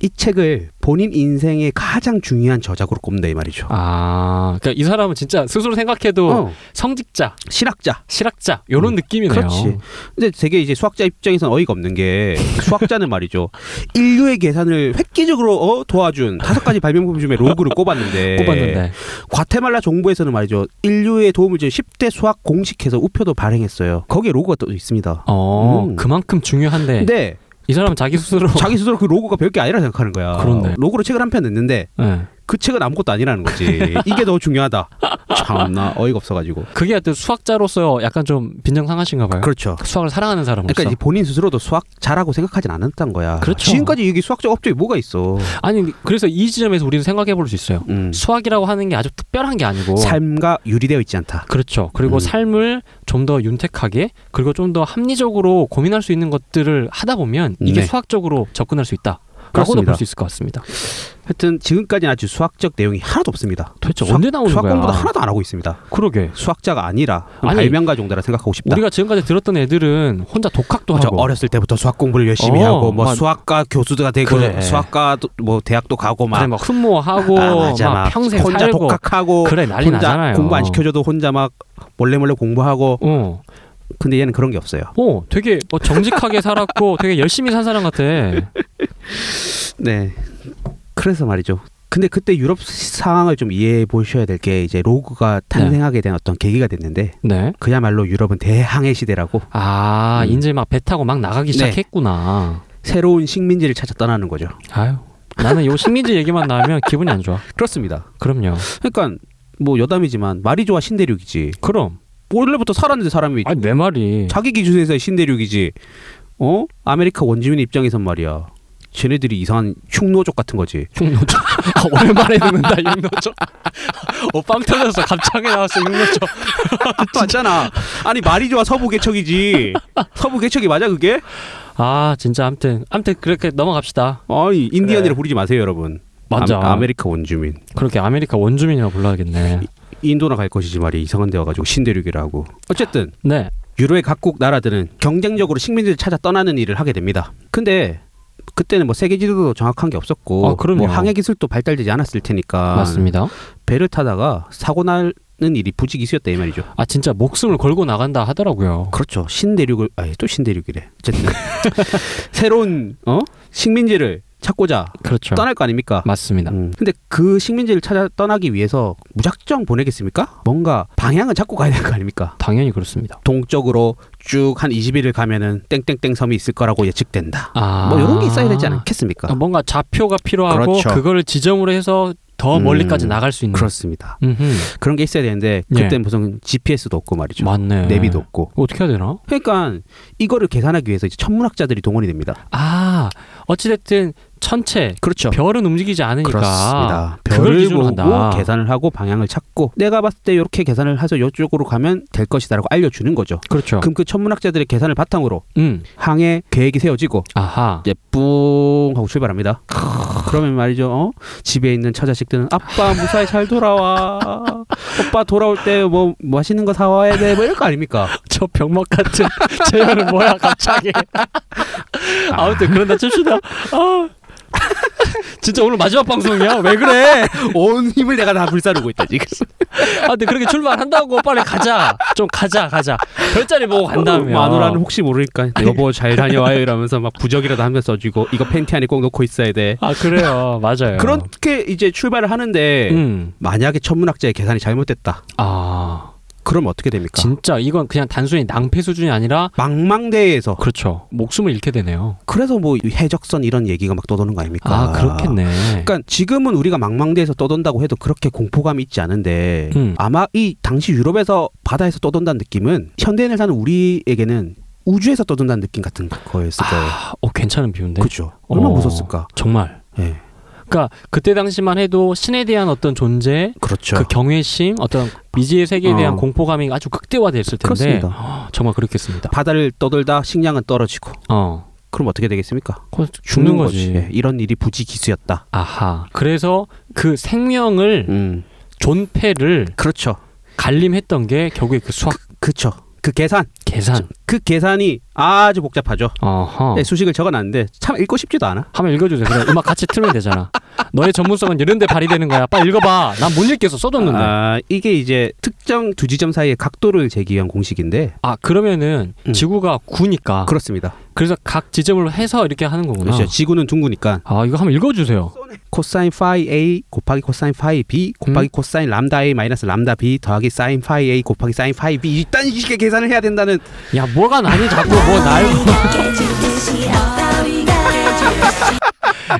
C: 이 책을 본인 인생의 가장 중요한 저작으로 꼽는다 이 말이죠.
B: 아, 그러니까 이 사람은 진짜 스스로 생각해도
C: 어,
B: 성직자,
C: 실학자.
B: 실학자 이런 느낌이네요.
C: 그렇지. 근데 되게 이제 수학자 입장에선 어이가 없는 게 수학자는 말이죠. [laughs] 인류의 계산을 획기적으로 어, 도와준 다섯 가지 발명품 중에 로그를
B: 예.
C: 꼽았는데
B: [laughs] 꼽았는데.
C: 과테말라 정부에서는 말이죠. 인류의 도움을 준 10대 수학 공식해서 우표도 발행했어요. 거기에 로고가 또 있습니다.
B: 어,
C: 음.
B: 그만큼 중요한데
C: 근데
B: 이 사람은 자기 스스로
C: [laughs] 자기 스스로 그 로고가 별게 아니라 생각하는 거야.
B: 그렇네.
C: 로고로 책을 한 편 냈는데
B: 예.
C: 그 책은 아무것도 아니라는 거지. 이게 더 중요하다. 참나 어이가 없어가지고.
B: 그게 하여튼 수학자로서 약간 좀 빈정상하신가 봐요.
C: 그렇죠.
B: 수학을 사랑하는 사람으로서.
C: 그러니까 이제 본인 스스로도 수학 잘하고 생각하진 않았던 거야.
B: 그렇죠.
C: 지금까지 이게 수학적 업적이 뭐가 있어?
B: 아니 그래서 이 지점에서 우리는 생각해 볼 수 있어요.
C: 음.
B: 수학이라고 하는 게 아주 특별한 게 아니고
C: 삶과 유리되어 있지 않다.
B: 그렇죠. 그리고
C: 음.
B: 삶을 좀 더 윤택하게 그리고 좀 더 합리적으로 고민할 수 있는 것들을 하다 보면 이게
C: 네.
B: 수학적으로 접근할 수 있다. 라고도
C: 그렇습니다.
B: 볼 수 있을 것 같습니다.
C: 하여튼 지금까지는 아주 수학적 내용이 하나도 없습니다.
B: 도대체
C: 수학-
B: 언제 나오는
C: 수학
B: 거야?
C: 공부도 하나도 안 하고 있습니다.
B: 그러게.
C: 수학자가 아니라
B: 아니,
C: 발명가 정도라 생각하고 싶다.
B: 우리가 지금까지 들었던 애들은 혼자 독학도
C: 그렇죠.
B: 하고
C: 어렸을 때부터 수학 공부를 열심히
B: 어,
C: 하고 뭐
B: 막-
C: 수학과 교수가 되고
B: 그래.
C: 수학과 뭐 대학도 가고 막,
B: 그래, 막 흠모하고
C: 아, 맞아,
B: 막
C: 막
B: 평생
C: 혼자
B: 살고
C: 독학하고
B: 그래 난리
C: 혼자
B: 나잖아요.
C: 공부 안 시켜줘도 혼자 막 몰래 몰래 공부하고
B: 어.
C: 근데 얘는 그런 게 없어요.
B: 오, 되게 뭐 정직하게 살았고
C: [laughs]
B: 되게 열심히 산 사람 같아.
C: 네. 그래서 말이죠. 근데 그때 유럽 상황을 좀 이해해 보셔야 될 게 이제 로그가 탄생하게 된 어떤 계기가 됐는데
B: 네.
C: 그야말로 유럽은 대항해 시대라고
B: 아,
C: 음.
B: 이제 막 배 타고 막 나가기
C: 네.
B: 시작했구나.
C: 새로운 식민지를 찾아 떠나는 거죠.
B: 아유, 나는 요 식민지 얘기만 나오면 기분이 안 좋아.
C: 그렇습니다.
B: 그럼요.
C: 그러니까 뭐 여담이지만 말이좋아 신대륙이지.
B: 그럼.
C: 원래부터 살았는데 사람이
B: 아니 내 말이.
C: 자기 기준에서의 신대륙이지. 어? 아메리카 원주민 입장에선 말이야. 쟤네들이 이상한 흉노족 같은 거지.
B: 육노조. 아, 오랜만에 듣는다
C: [laughs]
B: 육노조. 어, 빵 터졌어. 갑자기 나왔어 육노조.
C: 맞잖아. 아니 말이 좋아 서부
B: [laughs]
C: 개척이지. 서부 개척이 맞아 그게?
B: 아, 진짜 아무튼 아무튼 그렇게 넘어갑시다.
C: 아니 인디언이라 부르지 마세요 여러분.
B: 네. 맞아.
C: 아, 메리카 아, 원주민.
B: 그렇게 아메리카 원주민이라 불러야겠네.
C: 인도나 갈 것이지 말이 이상한 데 와가지고 신대륙이라고. 어쨌든
B: 네.
C: 유로의 각국 나라들은 경쟁적으로 식민지를 찾아 떠나는 일을 하게 됩니다. 근데 그때는 뭐 세계 지도도 정확한 게 없었고
B: 아, 그럼요.
C: 뭐 항해 기술도 발달되지 않았을 테니까
B: 맞습니다.
C: 배를 타다가 사고 나는 일이 부지기수였다 이 말이죠.
B: 아 진짜 목숨을 걸고 나간다 하더라고요.
C: 그렇죠. 신대륙을 아니 또 신대륙이래.
B: [laughs]
C: 어쨌든 [laughs] 새로운 어? 식민지를 찾고자
B: 그렇죠.
C: 떠날 거 아닙니까?
B: 맞습니다.
C: 음. 근데 그 식민지를 찾아 떠나기 위해서 무작정 보내겠습니까? 뭔가 방향은 잡고 가야 될 거 아닙니까?
B: 당연히 그렇습니다.
C: 동쪽으로 쭉 한 20일을 가면은 땡땡땡 섬이 있을 거라고 예측된다.
B: 아.
C: 뭐 이런 게 있어야 되지 않겠습니까?
B: 아, 뭔가 좌표가 필요하고
C: 그렇죠.
B: 그거를 지점으로 해서 더
C: 음,
B: 멀리까지 나갈 수 있는.
C: 그렇습니다.
B: 음흠.
C: 그런 게 있어야 되는데
B: 예.
C: 그때 무슨 GPS도 없고 말이죠.
B: 맞네.
C: 내비도 없고.
B: 어떻게 해야 되나?
C: 그러니까 이거를 계산하기 위해서 이제 천문학자들이 동원이 됩니다.
B: 아 어찌됐든 천체
C: 그렇죠.
B: 별은 움직이지 않으니까
C: 그렇습니다.
B: 그걸
C: 그러니까 별을
B: 기준으로
C: 보고
B: 한다.
C: 계산을 하고 방향을 찾고 내가 봤을 때 이렇게 계산을 해서 이쪽으로 가면 될 것이다라고 알려주는 거죠.
B: 그렇죠.
C: 그럼 그 천문학자들의 계산을 바탕으로
B: 음
C: 항해 계획이 세워지고
B: 아하. [laughs]
C: 이제 뿡 하고 출발합니다. 그러면 말이죠. 어? 집에 있는 처자식들은 아빠 무사히 잘 돌아와. 오빠 돌아올 때 뭐 맛있는 거 사와야 돼. 뭐 이럴 거 아닙니까?
B: 저 병맛 같은 [laughs] 제열은
C: [laughs]
B: 뭐야 갑자기. 아무튼 그런다 칩시다. 아. 진짜 오늘 마지막 방송이야. 왜 그래?
C: [laughs] 온 힘을 내가 다 불사르고 있다 지금.
B: 아, 근데 그렇게 출발한다고 빨리 가자. 좀 가자, 가자. 별자리 보고 간다며.
C: 마누라는 혹시 모르니까 여보 잘 다녀와요 이러면서 막 부적이라도 한번 써주고 이거 팬티 안에 꼭 넣고 있어야 돼.
B: 아, 그래요. 맞아요.
C: 어. 그렇게 이제 출발을 하는데
B: 음.
C: 만약에 천문학자의 계산이 잘못됐다.
B: 아,
C: 그러면 어떻게 됩니까?
B: 진짜 이건 그냥 단순히 낭패 수준이 아니라
C: 망망대해에서
B: 그렇죠. 목숨을 잃게 되네요.
C: 그래서 뭐이 해적선 이런 얘기가 막 떠도는 거 아닙니까?
B: 아, 그렇겠네.
C: 그러니까 지금은 우리가 망망대해서 떠돈다고 해도 그렇게 공포감이 있지 않은데
B: 음.
C: 아마 이 당시 유럽에서 바다에서 떠돈다는 느낌은 현대인을 사는 우리에게는 우주에서 떠돈다는 느낌 같은 거였을 거예요.
B: 아, 어, 괜찮은 비유인데.
C: 그죠? 얼마나
B: 어.
C: 무섭을까?
B: 정말.
C: 예.
B: 그러니까 그때 당시만 해도 신에 대한 어떤 존재,
C: 그렇죠.
B: 그 경외심, 어떤 미지의 세계에 대한
C: 어.
B: 공포감이 아주 극대화됐을 텐데.
C: 그렇습니다.
B: 아, 정말 그렇겠습니다.
C: 바다를 떠돌다 식량은 떨어지고
B: 어.
C: 그럼 어떻게 되겠습니까?
B: 그거 죽는 거지.
C: 예, 이런 일이 부지기수였다.
B: 아하. 그래서 그 생명을
C: 음.
B: 존폐를
C: 그렇죠.
B: 갈림했던 게 결국에 그 수학
C: 그렇죠. 그 계산,
B: 계산.
C: 그 계산이 아주 복잡하죠.
B: 어허.
C: 네, 수식을 적어놨는데 참 읽고 싶지도 않아.
B: 한번 읽어주세요. 그래 음악 같이 틀면 되잖아. 너의 전문성은 이런데 발휘되는 거야. 빨리 읽어봐. 난 못 읽겠어. 써줬는데. 아,
C: 아, 이게 이제 특정 두 지점 사이의 각도를 제기한 공식인데
B: 아, 그러면은
C: 음.
B: 지구가 구니까.
C: 그렇습니다.
B: 그래서 각 지점으로 해서 이렇게 하는 거구나.
C: 그렇죠. 지구는 둥구니까
B: 아 이거 한번 읽어주세요.
C: 코사인 파이 a 곱하기 코사인 파이 b 곱하기
B: 음.
C: 코사인 람다 a 마이너스 람다 b 더하기 사인 파이 a 곱하기 사인 파이 b 이딴 식의 계산을 해야 된다는
B: 야 뭐가 나니 자꾸 뭐 날. [laughs]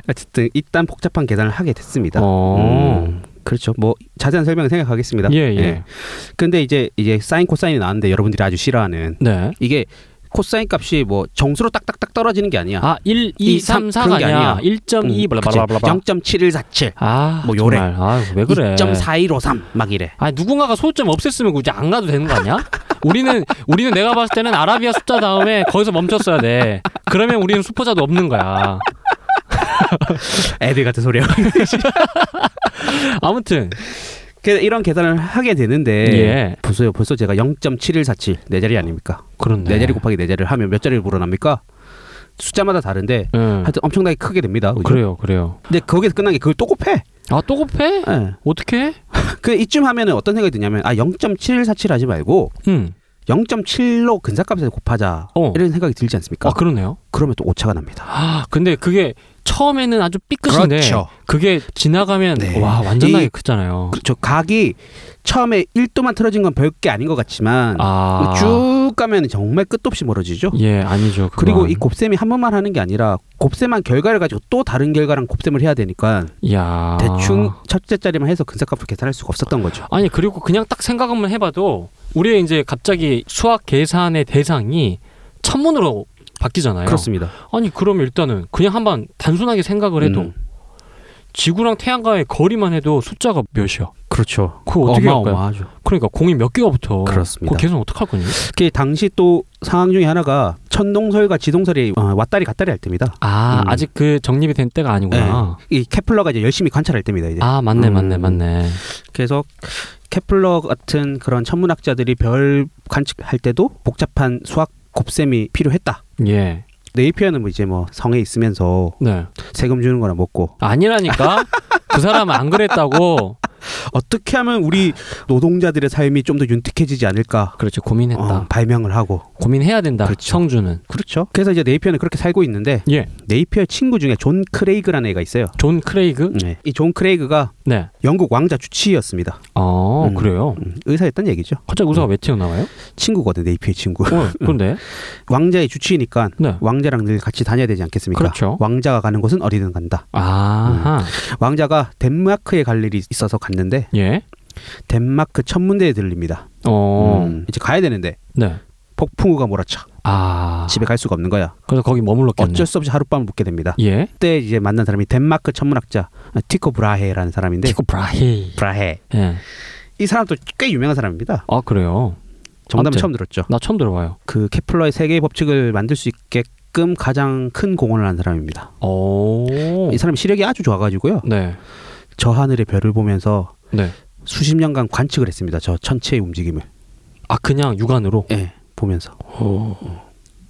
C: 어쨌든 일단 복잡한 계산을 하게 됐습니다.
B: 어.
C: 음, 그렇죠. 뭐 자세한 설명은 생각하겠습니다.
B: 예 예.
C: 근데 이제 이제 사인 코사인이 나왔는데 여러분들이 아주 싫어하는
B: 네.
C: 이게 코사인 값이 뭐 정수로 딱딱딱 떨어지는 게 아니야. 음,
B: 아 1, 2,
C: 이,
B: 3,
C: 삼,
B: 4가
C: 그런 게
B: 아니야.
C: 아니야.
B: 1.2 블라블라블라.
C: 0.7147.
B: 아,
C: 뭐 요래.
B: 아왜 그래?
C: 2.4153 막 이래.
B: 아 누군가가 소점 없앴으면 굳이 안 가도 되는 거 아니야? 우리는 우리는 내가 봤을 때는 아라비아 숫자 다음에 거기서 멈췄어야 돼. 그러면 우리는 수포자도 없는 거야.
C: 애들 같은 소리야. [laughs]
B: 아무튼
C: 그래서 이런 계산을 하게 되는데
B: 예.
C: 보세요. 벌써 제가 0.7147 네 자리 아닙니까?
B: 그렇네.
C: 네 자리 곱하기 네 자리를 하면 몇 자리를 불어납니까? 숫자마다 다른데
B: 응.
C: 하여튼 엄청나게 크게 됩니다. 그죠?
B: 그래요, 그래요.
C: 근데 거기서 끝난 게 그걸 또 곱해.
B: 아또 곱해?
C: 예.
B: 어떻게?
C: 그 이쯤 하면은 어떤 생각이 드냐면 아 0.7147 하지 말고
B: 응.
C: 0.7로 근사값에서 곱하자
B: 어.
C: 이런 생각이 들지 않습니까?
B: 아 그러네요.
C: 그러면 또 오차가 납니다.
B: 아 근데 그게 처음에는 아주 삐끗인데
C: 그렇죠.
B: 그게 지나가면
C: 네.
B: 와 완전하게
C: 이-
B: 크잖아요.
C: 그렇죠. 각이 처음에 1도만 틀어진 건 별게 아닌 것 같지만
B: 아.
C: 쭉 가면 정말 끝도 없이 멀어지죠.
B: 예, 아니죠. 그건.
C: 그리고 이 곱셈이 한 번만 하는 게 아니라 곱셈한 결과를 가지고 또 다른 결과랑 곱셈을 해야 되니까
B: 야.
C: 대충 첫째 자리만 해서 근사값을 계산할 수가 없었던 거죠.
B: 아. 아니 그리고 그냥 딱 생각만 해봐도 우리의 이제 갑자기 수학 계산의 대상이 천문으로 바뀌잖아요.
C: 그렇습니다.
B: 아니 그럼 일단은 그냥 한번 단순하게 생각을 해도
C: 음,
B: 지구랑 태양과의 거리만 해도 숫자가 몇이야?
C: 그렇죠.
B: 그거 어떻게 할까요?
C: 어마어마하죠.
B: 그러니까 공이 몇 개가 붙어.
C: 그렇습니다.
B: 그거 계산 어떻게 할 거니?
C: 그 당시 또 상황 중에 하나가 천동설과 지동설이 어, 왔다리 갔다리 할 때입니다.
B: 아
C: 음.
B: 아직 그 정립이 된 때가 아니구나.
C: 이 케플러가 이제 열심히 관찰할 때입니다. 이제
B: 아 맞네
C: 음.
B: 맞네 맞네.
C: 그래서 케플러 같은 그런 천문학자들이 별 관측할 때도 복잡한 수학 곱셈이 필요했다.
B: 예.
C: 네이피어는 뭐 이제 뭐 성에 있으면서
B: 네.
C: 세금 주는 거나 먹고
B: [laughs] 아니라니까 그 사람은 안 그랬다고.
C: 어떻게 하면 우리 노동자들의 삶이 좀 더 윤택해지지 않을까
B: 그렇지 그렇죠. 고민했다.
C: 어, 발명을 하고
B: 고민해야 된다.
C: 그렇죠.
B: 성주는.
C: 그렇죠. 그래서 이제 네이피어는 그렇게 살고 있는데
B: 예.
C: 네이피어 친구 중에 존 크레이그라는 애가 있어요.
B: 존 크레이그.
C: 네. 이존 크레이그가
B: 네.
C: 영국 왕자 주치의였습니다.
B: 아
C: 음.
B: 그래요? 음.
C: 음, 의사였단 얘기죠.
B: 갑자기 의사가 왜 튀어나와요?
C: 친구거든 네이피의 친구.
B: 어, 그런데
C: 왕자의 주치의니까
B: 네.
C: 왕자랑 늘 같이 다녀야 되지 않겠습니까?
B: 그렇죠.
C: 왕자가 가는 곳은 어디든 간다.
B: 아하
C: 왕자가 덴마크에 갈 일이 있어서 갔는데
B: 음. 예.
C: 덴마크 천문대에 들립니다.
B: 어.
C: 음, 이제 가야 되는데
B: 네.
C: 폭풍우가 몰아쳐
B: 아.
C: 집에 갈 수가 없는 거야.
B: 그래서 거기 머물렀겠네.
C: 어쩔 수 없이 하룻밤을 묵게 됩니다.
B: 예.
C: 그때 이제 만난 사람이 덴마크 천문학자 아, 티코 브라헤라는 사람인데
B: 티코 브라헤이.
C: 브라헤
B: 예.
C: 이 사람도 꽤 유명한 사람입니다.
B: 아 그래요.
C: 정답은
B: 아무튼.
C: 처음 들었죠.
B: 나 처음 들어봐요.
C: 그 케플러의 세 개의 법칙을 만들 수 있게끔 가장 큰 공헌을 한 사람입니다.
B: 오.
C: 이 사람이 시력이 아주 좋아가지고요.
B: 네.
C: 저 하늘의 별을 보면서
B: 네.
C: 수십 년간 관측을 했습니다. 저 천체의 움직임을
B: 아 그냥 육안으로.
C: 예, 보면서
B: 오.
C: 네,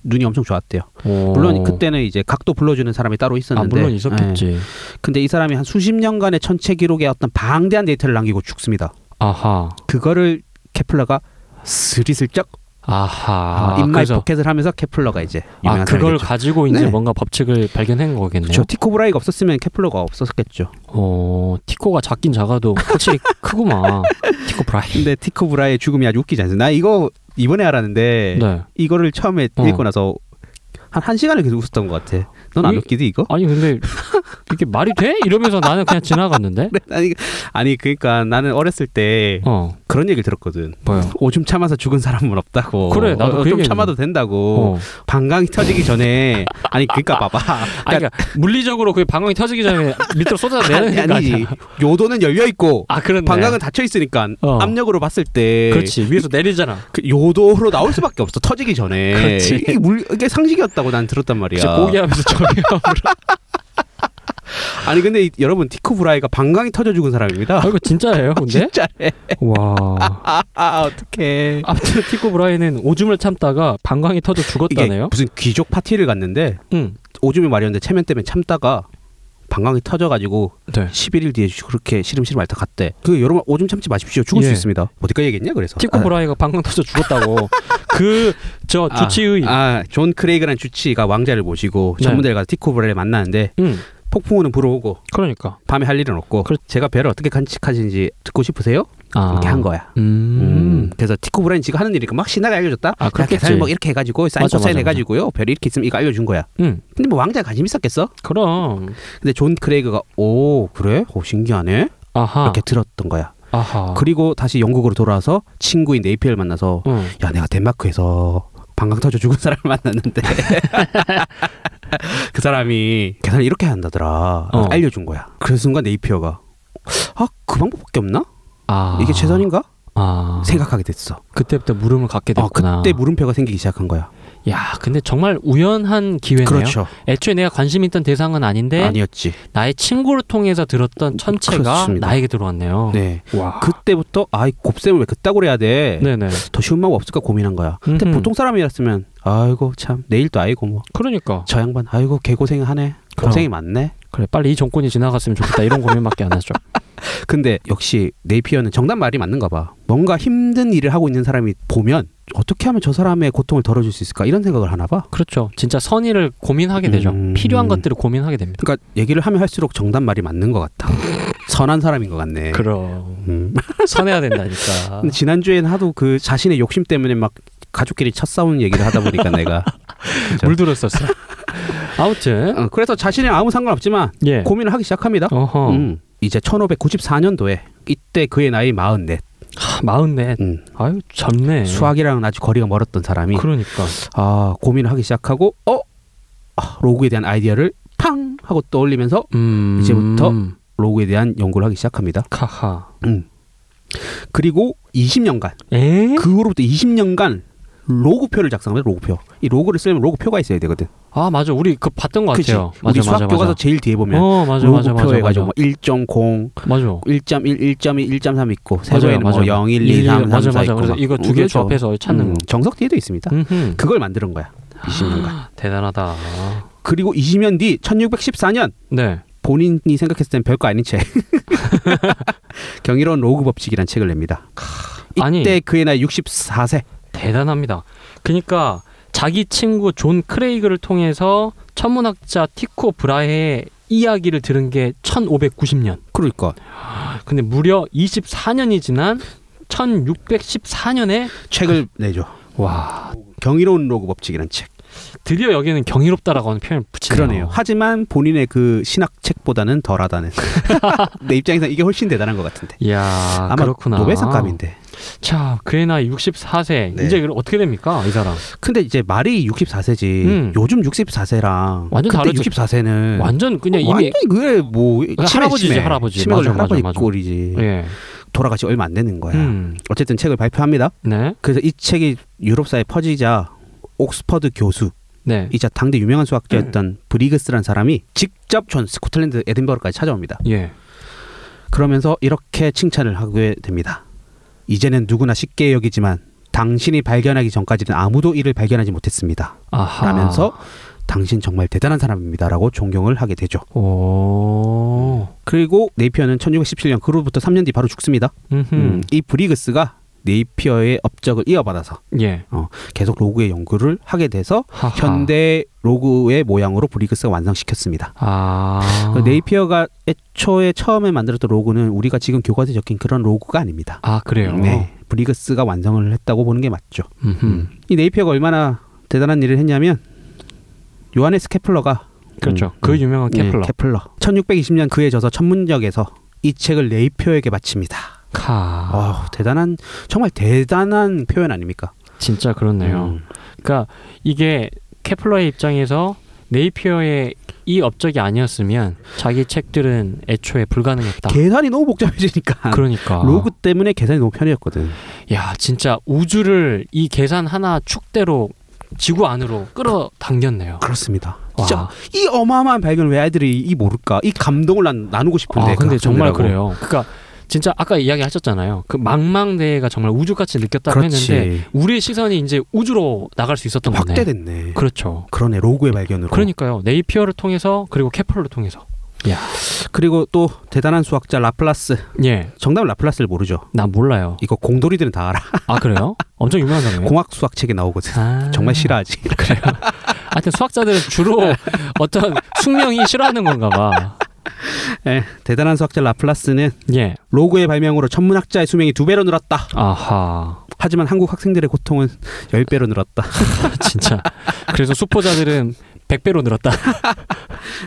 C: 눈이 엄청 좋았대요. 물론 그때는 이제 각도 불러주는 사람이 따로
B: 어. 아
C: 있었는데
B: 물론
C: 예.
B: 있었겠지.
C: 근데 이 사람이 한 수십 년간의 천체 기록에 어떤 방대한 데이터를 남기고 죽습니다.
B: 아하.
C: 그거를 케플러가 스리슬쩍
B: 아하.
C: 아, 인마이
B: 그래서-
C: 포켓을 하면서 케플러가 이제
B: 아
C: 유명한
B: 그걸
C: 사람이죠.
B: 가지고 이제
C: 네.
B: 뭔가 법칙을 발견한 거겠네요.
C: 그렇죠. 티코브라이가 없었으면 케플러가 없었겠죠.
B: 어 티코가 작긴 작아도
C: [laughs]
B: 확실히 크구만. 티코 브라이.
C: 근데 티코브라이의 죽음이 아주 웃기지 않습니까? 나 이거 이번에 알았는데
B: 네.
C: 이거를 처음에
B: 어.
C: 읽고 나서 한 한 시간을 계속 웃었던 것 같아. 넌 안
B: 이-
C: 웃기지 이거?
B: 아니 근데 이게 말이 돼? 이러면서 나는 그냥 지나갔는데.
C: [laughs] 아니 아니 그러니까 나는 어렸을 때
B: 네. 어
C: 그런 얘기를 들었거든.
B: 뭐요?
C: 오줌 참아서 죽은 사람은 없다고.
B: 그래, 나도
C: 어,
B: 그
C: 좀
B: 얘기했는데.
C: 참아도 된다고.
B: 어.
C: 방광이 터지기 전에 아니 그러니까 봐봐.
B: [laughs] 아니, 그러니까 물리적으로 그 방광이 터지기 전에 밑으로 그러니까 쏟아내는 거
C: 아니, 아니
B: 아니야?
C: 요도는 열려 있고
B: 아 그렇네.
C: 방광은 네. 닫혀 있으니까
B: 어.
C: 압력으로 봤을 때
B: 그렇지 위에서 내리잖아.
C: 그 요도로 나올 수밖에 없어 터지기 전에
B: 그렇지.
C: 이게, 물, 이게 상식이었다고 난 들었단 말이야.
B: 진짜 고기하면서 저기
C: [laughs] 아니 근데 이- 여러분 티코 브라이가 방광이 터져 죽은 사람입니다.
B: 아 이거 진짜예요 근데?
C: 진짜래.
B: 와
C: 아, 아 어떡해.
B: 아무튼 티코 브라이는 오줌을 참다가 방광이 터져
C: 이게
B: 죽었다네요
C: 무슨 귀족 파티를 갔는데
B: 응
C: 오줌이 마려운데 체면 때문에 참다가 방광이 터져가지고
B: 네.
C: 11일 뒤에 그렇게 시름시름 앓다 갔대. 그 여러분 오줌 참지 마십시오. 죽을
B: 예.
C: 수 있습니다. 어디까지 얘기했냐 그래서.
B: 티코 브라이가 방광 터져 [laughs] 죽었다고 그 저
C: 아,
B: 주치의
C: 아, 존 크레이그라는 주치가 왕자를 모시고
B: 네.
C: 전문대를 가서 티코 브라이를 만나는데
B: 응
C: 폭풍우는 불어오고
B: 그러니까
C: 밤에 할 일은 없고
B: 그렇-
C: 제가 배를 어떻게 간직하시는지 듣고 싶으세요?
B: 아.
C: 이렇게 한 거야. 음.
B: 음,
C: 그래서 티코 브라이는 지가 하는 일이니까 막 신나게 알려줬다.
B: 아, 그렇겠지.
C: 계산을 막 이렇게 해가지고 사인
B: 맞아,
C: 코사인
B: 맞아, 맞아.
C: 해가지고요. 별이 이렇게 있으면 이거 알려준 거야.
B: 응
C: 근데 뭐 왕자 관심 있었겠어?
B: 그럼
C: 근데 존 크레이그가 오 그래? 오 신기하네.
B: 아하
C: 이렇게 들었던 거야.
B: 아하
C: 그리고 다시 영국으로 돌아와서 친구인 네이피엘 만나서
B: 응.
C: 야 내가 덴마크에서 방광 터져 죽은 사람을
B: [laughs]
C: 만났는데 그 사람이 계산을 이렇게 한다더라
B: 어.
C: 알려준 거야 그 순간 네이피어가 아 그 방법밖에 없나
B: 아
C: 이게 최선인가
B: 아
C: 생각하게 됐어
B: 그때부터 물음을 갖게
C: 어,
B: 됐구나
C: 그때 물음표가 생기기 시작한 거야
B: 야 근데 정말 우연한 기회네요 네?
C: 그렇죠
B: 애초에 내가 관심 있던 대상은 아닌데
C: 아니었지
B: 나의 친구를 통해서 들었던 천체가
C: 그렇습니다.
B: 나에게 들어왔네요
C: 네
B: 와
C: 그때부터 아이 곱셈을 왜 그따구로 해야 돼 더
B: 네네
C: 쉬운 방법 없을까 고민한 거야 근데
B: 음흠.
C: 보통 사람이었으면 아이고 참 내일도 아이고 뭐 저
B: 그러니까
C: 양반 아이고 개고생하네
B: 그럼.
C: 고생이 많네
B: 그래 빨리 이 정권이 지나갔으면 좋겠다 이런 고민밖에 안 하죠.
C: 근데 역시 네이피어는 정답 말이 맞는가 봐. 뭔가 힘든 일을 하고 있는 사람이 보면 어떻게 하면 저 사람의 고통을 덜어줄 수 있을까 이런 생각을 하나 봐.
B: 그렇죠. 진짜 선의를 고민하게 되죠.
C: 음.
B: 필요한 것들을 고민하게 됩니다.
C: 그러니까 얘기를 하면 할수록 정답 말이 맞는 것 같아. 선한 사람인 것 같네.
B: 그럼 아.
C: 음.
B: [laughs] 선해야 된다니까.
C: [laughs] 근데 지난주엔 하도 그 자신의 욕심 때문에 막 가족끼리 첫싸운 얘기를 하다 보니까 내가
B: [laughs] 물들었었어. 아무튼
C: 어, 그래서 자신이 아무 상관없지만
B: 예.
C: 고민을 하기 시작합니다.
B: 어허.
C: 음. 이제 1594년도에 이때 그의 나이 44.
B: 하, 마흔넷.
C: 음.
B: 아유 젊네.
C: 수학이랑 아주 거리가 멀었던 사람이
B: 그러니까.
C: 아 고민을 하기 시작하고 어 아, 로그에 대한 아이디어를 팡 하고 떠올리면서
B: 음.
C: 이제부터? 로그에 대한 연구를 하기 시작합니다.
B: 카하.
C: 그리고 20년간
B: 에?
C: 그 후로부터 20년간 로그표를 작성합니다. 로그표. 이 로그를 쓰려면 로그표가 있어야 되거든.
B: 아 맞아. 우리 그 봤던 것
C: 그치?
B: 같아요.
C: 우리
B: 맞아
C: 수학
B: 맞아
C: 교과서
B: 맞아.
C: 제일 뒤에 보면
B: 어 맞아 맞아 맞아
C: 로그표
B: 맞아.
C: 해가지고 뭐 1.0,
B: 맞아.
C: 1.1, 1.2, 1.3 있고
B: 맞아요,
C: 세로에는 뭐
B: 맞아요.
C: 0, 1, 2,
B: 일,
C: 3, 3,
B: 맞아
C: 4
B: 맞아.
C: 있고
B: 그래서
C: 막.
B: 이거 두 개
C: 그렇죠.
B: 조합해서 찾는
C: 음,
B: 거.
C: 정석 뒤에도 있습니다.
B: 음흠.
C: 그걸 만드는 거야.
B: 아.
C: 20년간.
B: 대단하다.
C: 그리고 20년 뒤 1614년
B: 네.
C: 본인이 생각했을 땐 별거
B: [laughs]
C: 아닌 책. 경이로운 로그 법칙이란 책을 냅니다. 이때
B: 아니.
C: 그의 나이 64세.
B: 대단합니다. 그러니까 자기 친구 존 크레이그를 통해서 천문학자 티코 브라헤의 이야기를 들은 게 1590년.
C: 그러니까
B: 근데 무려 24년이 지난 1614년에
C: 책을 내죠.
B: 와
C: 경이로운 로그 법칙이란 책.
B: 드디어 여기는 경이롭다라고 하는 표현을 붙이네요.
C: 그러네요. 하지만 본인의 그 신학
B: [laughs]
C: 책보다는 덜하다는. 내 입장에서 이게 훨씬 대단한 것 같은데.
B: 이야
C: 아마
B: 그렇구나.
C: 노벨상감인데.
B: 자 그의 나이 64세.
C: 네.
B: 이제 그럼 어떻게 됩니까 이 사람?
C: 근데 이제 말이 64세지.
B: 음.
C: 요즘 64세랑
B: 완전
C: 그때
B: 다르죠.
C: 64세는
B: 완전 그냥 이미
C: 완전 어, 그래 뭐 치매,
B: 할아버지지,
C: 치매.
B: 할아버지.
C: 치매 걸린
B: 맞아, 맞아,
C: 할아버지
B: 맞아.
C: 꼴이지.
B: 예.
C: 돌아가시 얼마 안 되는 거야.
B: 음.
C: 어쨌든 책을 발표합니다.
B: 네.
C: 그래서 이 책이 유럽사에 퍼지자 옥스퍼드 교수이자
B: 네.
C: 당대 유명한 수학자였던
B: 음.
C: 브리그스라는 사람이 직접 전 스코틀랜드 에딘버러까지 찾아옵니다.
B: 예.
C: 그러면서 이렇게 칭찬을 하게 됩니다. 이제는 누구나 쉽게 여기지만 당신이 발견하기 전까지는 아무도 이를 발견하지 못했습니다.
B: 아하.
C: 라면서 당신 정말 대단한 사람입니다라고 존경을 하게 되죠.
B: 오.
C: 그리고 네이피어는 1617년 그로부터 3년 뒤 바로 죽습니다.
B: 음흠.
C: 음, 이 브리그스가 네이피어의 업적을 이어받아서
B: 예.
C: 어, 계속 로그의 연구를 하게 돼서
B: 하하.
C: 현대 로그의 모양으로 브리그스가 완성시켰습니다.
B: 아.
C: 그 네이피어가 애초에 처음에 만들었던 로그는 우리가 지금 교과서에 적힌 그런 로그가 아닙니다.
B: 아 그래요.
C: 네, 브리그스가 완성을 했다고 보는 게 맞죠.
B: 음흠.
C: 이 네이피어가 얼마나 대단한 일을 했냐면 요하네스 케플러가
B: 그렇죠. 그 유명한 케플러.
C: 예, 케플러 1620년 그에 져서 천문역에서 이 책을 네이피어에게 바칩니다.
B: 카.
C: 아, 대단한 정말 대단한 표현 아닙니까?
B: 진짜 그렇네요.
C: 음,
B: 그러니까 이게 케플러의 입장에서 네이피어의 이 업적이 아니었으면 자기 책들은 애초에 불가능했다.
C: 계산이 너무 복잡해지니까
B: 그러니까
C: 로그 때문에 계산이 너무 편해졌거든.
B: 야 진짜 우주를 이 계산 하나 축대로 지구 안으로 끌어당겼네요.
C: 그렇습니다.
B: 와.
C: 진짜 이 어마어마한 발견을 왜 아이들이 이 모를까? 이 감동을 난, 나누고 싶은데.
B: 아 근데
C: 그
B: 정말
C: 학생들하고.
B: 그래요. 그러니까 진짜 아까 이야기하셨잖아요. 그 망망대해가 정말 우주같이 느꼈다고
C: 그렇지.
B: 했는데 우리의 시선이 이제 우주로 나갈 수 있었던 거네.
C: 확대됐네.
B: 그렇죠.
C: 그러네 로그의 발견으로.
B: 그러니까요. 네이피어를 통해서 그리고 케플러를 통해서
C: 그리고 또 대단한 수학자 라플라스.
B: 예,
C: 정답은 라플라스를 모르죠.
B: 나 몰라요.
C: 이거 공돌이들은 다 알아.
B: 아 그래요? 엄청 유명한 사람이에요.
C: 공학 수학 책에 나오거든.
B: 네. 아.
C: 정말 싫어하지. [laughs]
B: 그래요. 하여튼 수학자들은 주로 어떤 숙명이 싫어하는 건가 봐.
C: 예, 대단한 수학자 라플라스는
B: 예.
C: 로그의 발명으로 천문학자의 수명이 두 배로 늘었다.
B: 아하.
C: 하지만 한국 학생들의 고통은 열 배로 늘었다.
B: 진짜. 그래서 수포자들은 100배로 늘었다.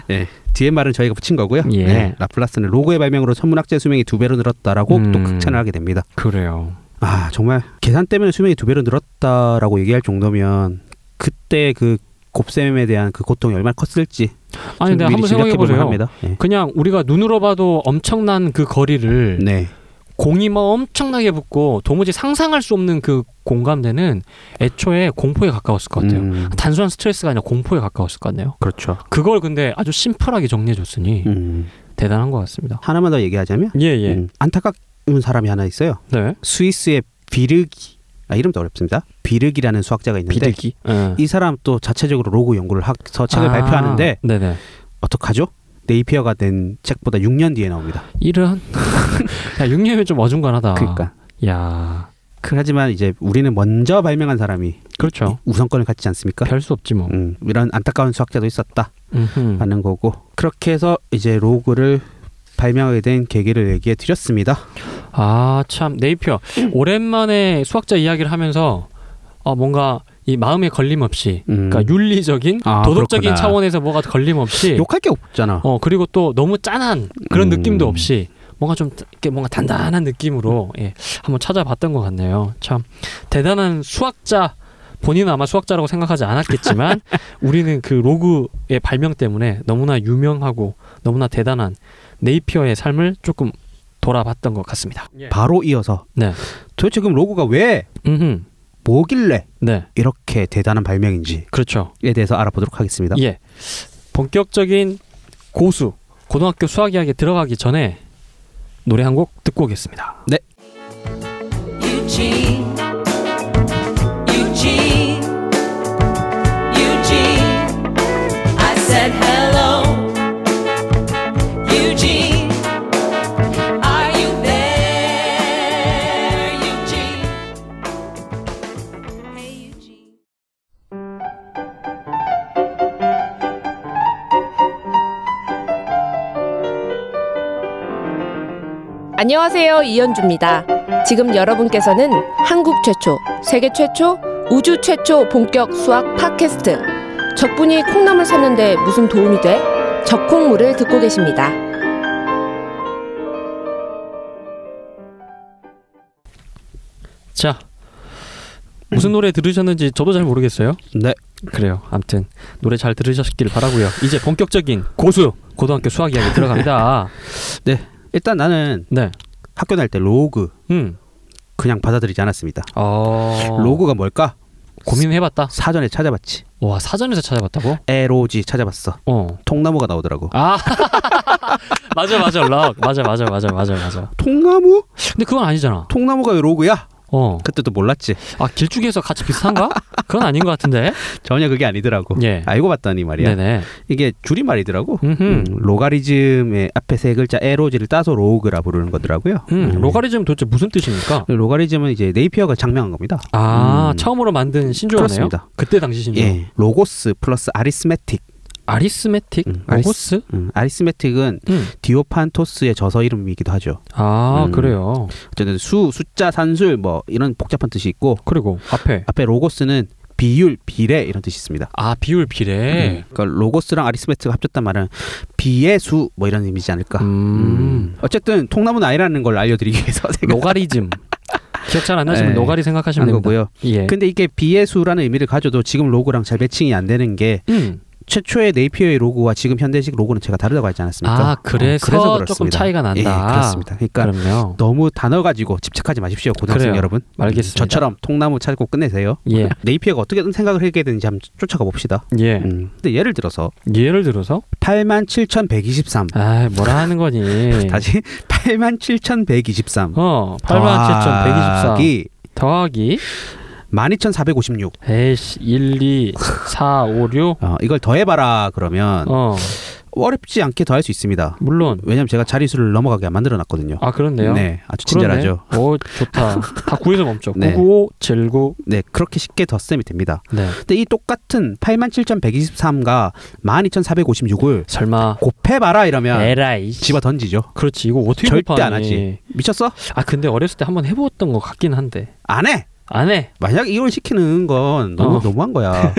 C: 예. 뒤에 말은 저희가 붙인 거고요. 네,
B: 예.
C: 라플라스는 로그의 발명으로 천문학자의 수명이 두 배로 늘었다라고 또
B: 음.
C: 극찬을 하게 됩니다.
B: 그래요.
C: 아 정말 계산 때문에 수명이 두 배로 늘었다라고 얘기할 정도면 그때 그 곱셈에 대한 그 고통이 얼마나 컸을지
B: 아니 근데
C: 좀 미리
B: 한번 생각해
C: 생각해볼
B: 보세요.
C: 만합니다. 예.
B: 그냥 우리가 눈으로 봐도 엄청난 그 거리를
C: 네.
B: 공이 막 엄청나게 붙고 도무지 상상할 수 없는 그 공감대는 애초에 공포에 가까웠을 것 같아요.
C: 음,
B: 단순한 스트레스가 아니라 공포에 가까웠을 것 같네요.
C: 그렇죠.
B: 그걸 근데 아주 심플하게 정리해 줬으니
C: 음.
B: 대단한 것 같습니다.
C: 하나만 더 얘기하자면
B: 예, 예.
C: 음, 안타까운 사람이 하나 있어요.
B: 네.
C: 스위스의 비르기 아 이름도 어렵습니다. 비르기라는 수학자가 있는데
B: 비둘기. 예.
C: 이 사람 또 자체적으로 로그 연구를 해서 책을
B: 아,
C: 발표하는데
B: 네네.
C: 어떡하죠? 네이피어가 낸 책보다 6년 뒤에 나옵니다. [laughs]
B: 이런 야 6년이면 좀 어중간하다.
C: 그러니까
B: 야
C: 그, 하지만 이제 우리는 먼저 발명한 사람이
B: 그렇죠.
C: 우선권을 갖지 않습니까?
B: 별 수 없지 뭐.
C: 음, 이런 안타까운 수학자도 있었다
B: 음흠.
C: 하는 거고 그렇게 해서 이제 로그를 발명하게 된 계기를 얘기해 드렸습니다.
B: 아, 참 네이피어
C: 음.
B: 오랜만에 수학자 이야기를 하면서 어, 뭔가 이 마음에 걸림 없이
C: 음.
B: 그러니까 윤리적인
C: 아,
B: 도덕적인
C: 그렇구나.
B: 차원에서 뭐가 걸림 없이
C: 욕할 게 없잖아.
B: 어 그리고 또 너무 짠한 그런
C: 음.
B: 느낌도 없이 뭔가 좀 이렇게 뭔가 단단한 느낌으로 예, 한번 찾아봤던 것 같네요. 참 대단한 수학자 본인은 아마 수학자라고 생각하지
C: [laughs]
B: 않았겠지만 우리는 그 로그의 발명 때문에 너무나 유명하고 너무나 대단한 네이피어의 삶을 조금 돌아봤던 것 같습니다.
C: 바로 이어서
B: 예. 네.
C: 도대체 그럼 로그가 왜
B: 음.
C: 뭐길래
B: 네.
C: 이렇게 대단한 발명인지에
B: 그렇죠.
C: 대해서 알아보도록 하겠습니다.
B: 예. 본격적인 고수 고등학교 수학 이야기 들어가기 전에 노래 한 곡 듣고 오겠습니다.
E: Eugene, Eugene, Eugene. I said hello, Eugene. Are you there, Eugene? Hey, Eugene.
F: 안녕하세요. 이현주입니다. 지금 여러분께서는 한국 최초, 세계 최초, 우주 최초 본격 수학 팟캐스트. 적분이 콩나물 샀는데 무슨 도움이 돼? 적콩물을 듣고 계십니다.
B: 자 무슨 노래 들으셨는지 저도 잘 모르겠어요.
C: 네.
B: 그래요. 아무튼 노래 잘 들으셨길 바라고요. 이제 본격적인 고수 고등학교 수학 이야기 [laughs] 들어갑니다.
C: 일단 나는
B: 네.
C: 학교 다닐 때 로그
B: 음.
C: 그냥 받아들이지 않았습니다.
B: 어.
C: 로그가 뭘까?
B: 고민해봤다.
C: 사전에 찾아봤지.
B: 와 사전에서 찾아봤다고?
C: LOG 찾아봤어.
B: 어.
C: 통나무가 나오더라고.
B: 아 [laughs] 맞아 맞아 락 맞아 맞아 맞아 맞아 맞아.
C: 통나무?
B: 근데 그건 아니잖아.
C: 통나무가 왜 로그야?
B: 어.
C: 그때도 몰랐지.
B: 아 길쭉이에서 같이 비슷한가? 그건 아닌 것 같은데.
C: 전혀 그게 [laughs] 아니더라고.
B: 예.
C: 알고 봤더니 말이야.
B: 네네.
C: 이게 줄임말이더라고.
B: 음흠.
C: 음, 로가리즘의 앞에 세 글자 에로지를 따서 로그라 부르는 거더라고요.
B: 음, 로가리즘 도대체 무슨 뜻입니까?
C: 로가리즘은 이제 네이피어가 장명한 겁니다.
B: 아
C: 음.
B: 처음으로 만든 신조어네요.
C: 그렇습니다.
B: 그때 당시 신조어.
C: 예, 로고스 플러스 아리스메틱.
B: 아리스메틱,
C: 음, 아리스-
B: 로고스.
C: 음, 아리스메틱은
B: 음.
C: 디오판토스의 저서 이름이기도 하죠.
B: 아
C: 음.
B: 그래요.
C: 어쨌든 수, 숫자, 산술 뭐 이런 복잡한 뜻이 있고
B: 그리고 앞에
C: 앞에 로고스는 비율, 비례 이런 뜻이 있습니다.
B: 아 비율 비례.
C: 음, 그러니까 로고스랑 아리스메틱 합쳤단 말은 비의 수 뭐 이런 의미지 않을까.
B: 음.
C: 음. 어쨌든 통나무는 아니라는 걸 알려드리기 위해서 [laughs] 제가
B: 로가리즘. 기억 잘 안 나시면
C: 예.
B: 노가리
C: 한
B: 음. 생각하시면 됩니다.
C: 거고요. 그,
B: 예.
C: 근데 이게 비의 수라는 의미를 가져도 지금 로고랑 잘 매칭이 안 되는 게
B: 음.
C: 최초의 네이피어의 로고와 지금 현대식 로고는 제가 다르다고 하지 않았습니까? 어,
B: 아, 그래서 조금
C: 그렇습니다.
B: 차이가 난다.
C: 예, 그렇습니다. 그러니까
B: 그럼요.
C: 너무 단어 가지고 집착하지 마십시오, 고등학생
B: 그래요.
C: 여러분.
B: 알겠습니다.
C: 저처럼 통나무 찾고 끝내세요.
B: 예.
C: 네이피어가 어떻게든 생각을 하게 되는지 한번 쫓아가 봅시다.
B: 예.
C: 음. 근데 예를 들어서
B: 예를 들어서
C: 87,123
B: 아, 뭐라 하는 거니?
C: 다시 [laughs]
B: 네.
C: 87,123
B: 어, 87,124
C: 더하기
B: 더하기
C: 12,456
B: 에이씨 1 2 4 5 6
C: 어, 이걸 더해봐라 그러면
B: 어,
C: 어렵지 않게 더할 수 있습니다.
B: 물론
C: 왜냐면 제가 자릿수를 넘어가게 안 만들어 놨거든요.
B: 아, 그렇네요.
C: 네, 아주 친절하죠.
B: 그러네. 오, 좋다. 다 9에서 멈춰.
C: 네.
B: 995 79.
C: 네, 그렇게 쉽게 덧셈이 됩니다.
B: 네.
C: 근데 이 똑같은 87,123과 12,456을
B: 설마
C: 곱해봐라 이러면
B: 에라이.
C: 집어 던지죠.
B: 그렇지. 이거 어떻게
C: 절대 안
B: 곱하니?
C: 하지. 미쳤어?
B: 아, 근데 어렸을 때 한번 해 보았던 것 같긴 한데.
C: 안 해.
B: 안 해.
C: 만약 이걸 시키는 건 너무
B: 어. [laughs]
C: 너무한 거야.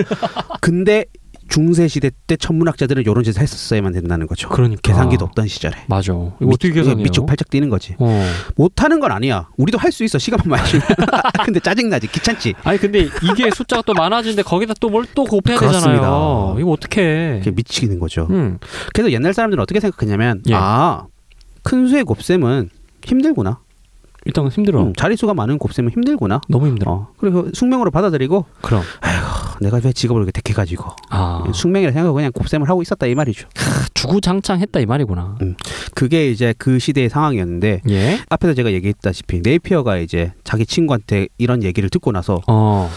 C: 근데 중세 시대 때 천문학자들은 이런 짓을 했었어야만 된다는 거죠.
B: 그러니까.
C: 계산기도 없던 시절에.
B: 맞아. 이거 어떻게 계산해요?
C: 미쪽 팔짝 뛰는 거지.
B: 어.
C: 못하는 건 아니야. 우리도 할 수 있어. 시간만
B: [laughs]
C: 많이 주면. [laughs] 근데 짜증나지. 귀찮지.
B: 아니 근데 이게 숫자가 또 많아지는데 거기다 또 뭘 또 곱해야 되잖아요.
C: 그렇습니다.
B: 이거 어떻게?
C: 그게 미치는 거죠.
B: 음.
C: 그래서 옛날 사람들은 어떻게 생각했냐면
B: 예.
C: 아, 큰 수의 곱셈은 힘들구나.
B: 일단 힘들어.
C: 음, 자릿수가 많은 곱셈은 힘들구나.
B: 너무 힘들어.
C: 어, 그래서 숙명으로 받아들이고
B: 그럼.
C: 아, 내가 왜 직업을 이렇게 택해가지고
B: 아.
C: 숙명이라 생각하고 그냥 곱셈을 하고 있었다 이 말이죠.
B: 주구장창했다 이 말이구나.
C: 그게 이제 그 시대의 상황이었는데
B: 예.
C: 앞에서 제가 얘기했다시피 네이피어가 이제 자기 친구한테 이런 얘기를 듣고 나서
B: 어.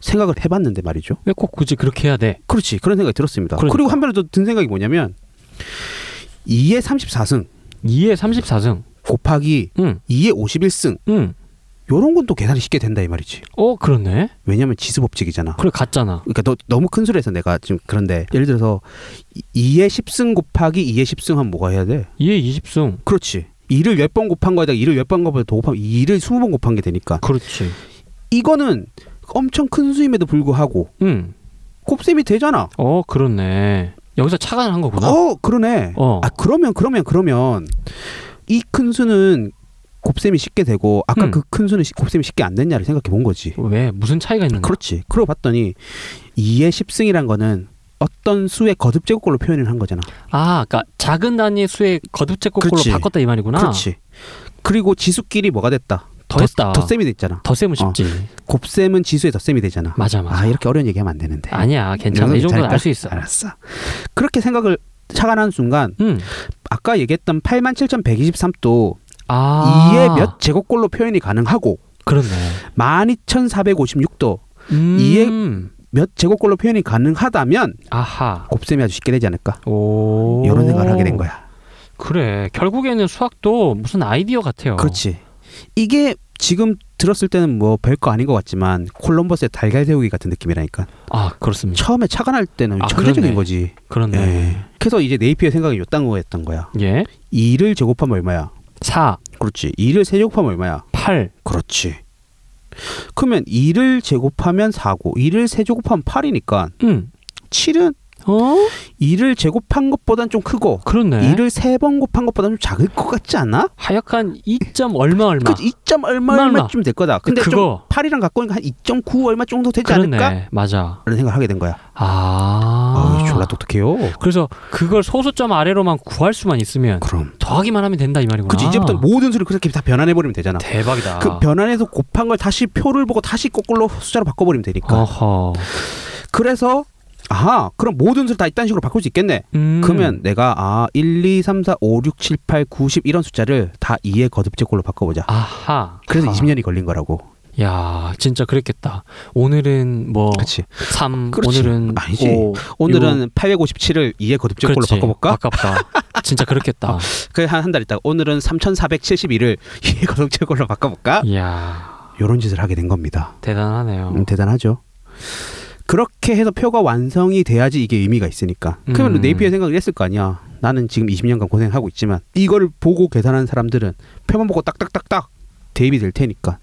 C: 생각을 해봤는데 말이죠.
B: 왜 꼭 굳이 그렇게 해야 돼?
C: 그렇지 그런 생각이 들었습니다.
B: 그러니까.
C: 그리고 한편으로 또 든 생각이 뭐냐면 2의 34승
B: 2에 34승.
C: 곱하기
B: 음.
C: 2의 51승
B: 음.
C: 요런 건 또 계산이 쉽게 된다 이 말이지.
B: 어, 그렇네.
C: 왜냐면 지수 법칙이잖아.
B: 그래 갔잖아.
C: 그러니까 너, 너무 큰 수를 해서 내가 지금 그런데 예를 들어서 2의 10승 곱하기 2의 10승 하면 뭐가 해야 돼?
B: 2에 20승.
C: 그렇지. 2를 10번 곱한 거에다가 2를 10번 곱해서 더 곱하면 2를 20번 곱한 게 되니까
B: 그렇지.
C: 이거는 엄청 큰 수임에도 불구하고
B: 음.
C: 곱셈이 되잖아.
B: 어, 그렇네. 여기서 차관을 한 거구나.
C: 어, 그러네.
B: 어.
C: 아, 그러면 그러면 그러면 이 큰 수는 곱셈이 쉽게 되고 아까
B: 음.
C: 그 큰 수는 시- 곱셈이 쉽게 안 됐냐를 생각해 본 거지.
B: 왜 무슨 차이가 있는가?
C: 그렇지. 그러고 봤더니 2의 10승이란 거는 어떤 수의 거듭 제곱꼴로 표현을 한 거잖아.
B: 아, 그러니까 작은 단위의 수의 거듭제곱꼴로
C: 그렇지.
B: 바꿨다 이 말이구나.
C: 그렇지. 그리고 지수끼리 뭐가 됐다.
B: 더했다.
C: 덧셈이 됐잖아.
B: 더 세면
C: 어.
B: 쉽지.
C: 곱셈은 지수의 덧셈이 되잖아.
B: 맞아, 맞아.
C: 아 이렇게 어려운 얘기하면 안 되는데.
B: 아니야 괜찮아
C: 이런
B: 이 정도는
C: 괜찮을까?
B: 알 수 있어
C: 알았어. 그렇게 생각을 착안한 순간
B: 음.
C: 아까 얘기했던 87,123도
B: 아
C: 2의 몇 제곱꼴로 표현이 가능하고
B: 그렇네
C: 12,456도
B: 음.
C: 이의- 몇 제곱꼴로 표현이 가능하다면
B: 아하
C: 곱셈이 아주 쉽게 되지 않을까?
B: 오
C: 이런 생각을 하게 된 거야.
B: 그래 결국에는 수학도 무슨 아이디어 같아요
C: 그렇지. 이게 지금 들었을 때는 뭐 별거 아닌 것 같지만 콜럼버스의 달걀 세우기 같은 느낌이라니까.
B: 아 그렇습니다
C: 처음에 착안할 때는
B: 아,
C: 천재적인
B: 그렇네.
C: 거지.
B: 그렇네
C: 예. 그래서 이제 네이피의 생각이 요딴 거였던 거야.
B: 예
C: 2를 제곱하면 얼마야?
B: 4,
C: 그렇지. 2를 세제곱하면 얼마야?
B: 8
C: 그렇지. 그러면 2를 제곱하면 4고 2를 세제곱하면 8이니까
B: 음.
C: 7은
B: 어?
C: 2를 제곱한 것보단 좀 크고
B: 그렇네
C: 2를 세 번 곱한 것보단 좀 작을 것 같지 않아?
B: 하여간 2점 얼마 얼마
C: 그치 2점 얼마
B: 얼마, 얼마.
C: 얼마쯤 될 거다. 근데
B: 그거.
C: 좀 8이랑 갖고 오니까 한2.9 얼마 정도 되지
B: 그렇네
C: 않을까?
B: 맞아
C: 라는 생각을 하게 된 거야.
B: 아
C: 아, 우 졸라 똑똑해요.
B: 그래서 그걸 소수점 아래로만 구할 수만 있으면
C: 그럼.
B: 더하기만 하면 된다 이 말이구나
C: 그치 이제부터 모든 수를 그렇게 다 변환해 버리면 되잖아.
B: 아. 대박이다
C: 그 변환해서 곱한 걸 다시 표를 보고 다시 거꾸로 숫자로 바꿔버리면 되니까.
B: 어허
C: 그래서 아하 그럼 모든 수를 다 이딴 식으로 바꿀 수 있겠네.
B: 음.
C: 그러면 내가 아 1, 2, 3, 4, 5, 6, 7, 8, 9, 10 이런 숫자를 다 2의 거듭제꼴로 바꿔보자.
B: 아하 어.
C: 그래서
B: 아.
C: 20년이 걸린 거라고.
B: 야, 진짜 그랬겠다. 오늘은 뭐
C: 그렇지.
B: 3,
C: 그렇지.
B: 오늘은
C: 아니지.
B: 5.
C: 오늘은 857을 2의 거듭제꼴로 바꿔볼까? 어.
B: 아깝다. 진짜
C: [laughs]
B: 그렇겠다.
C: 그한한달 있다가 오늘은 3471을 2의 거듭제꼴로 바꿔볼까?
B: 이야, 어.
C: 이런 짓을 하게 된 겁니다.
B: 대단하네요.
C: 음, 대단하죠. 그렇게 해서 표가 완성이 돼야지 이게 의미가 있으니까. 그러면
B: 음.
C: 네이피의 생각을 했을 거 아니야. 나는 지금 20년간 고생하고 있지만 이걸 보고 계산한 사람들은 표만 보고 딱딱딱딱 대입이 될 테니까.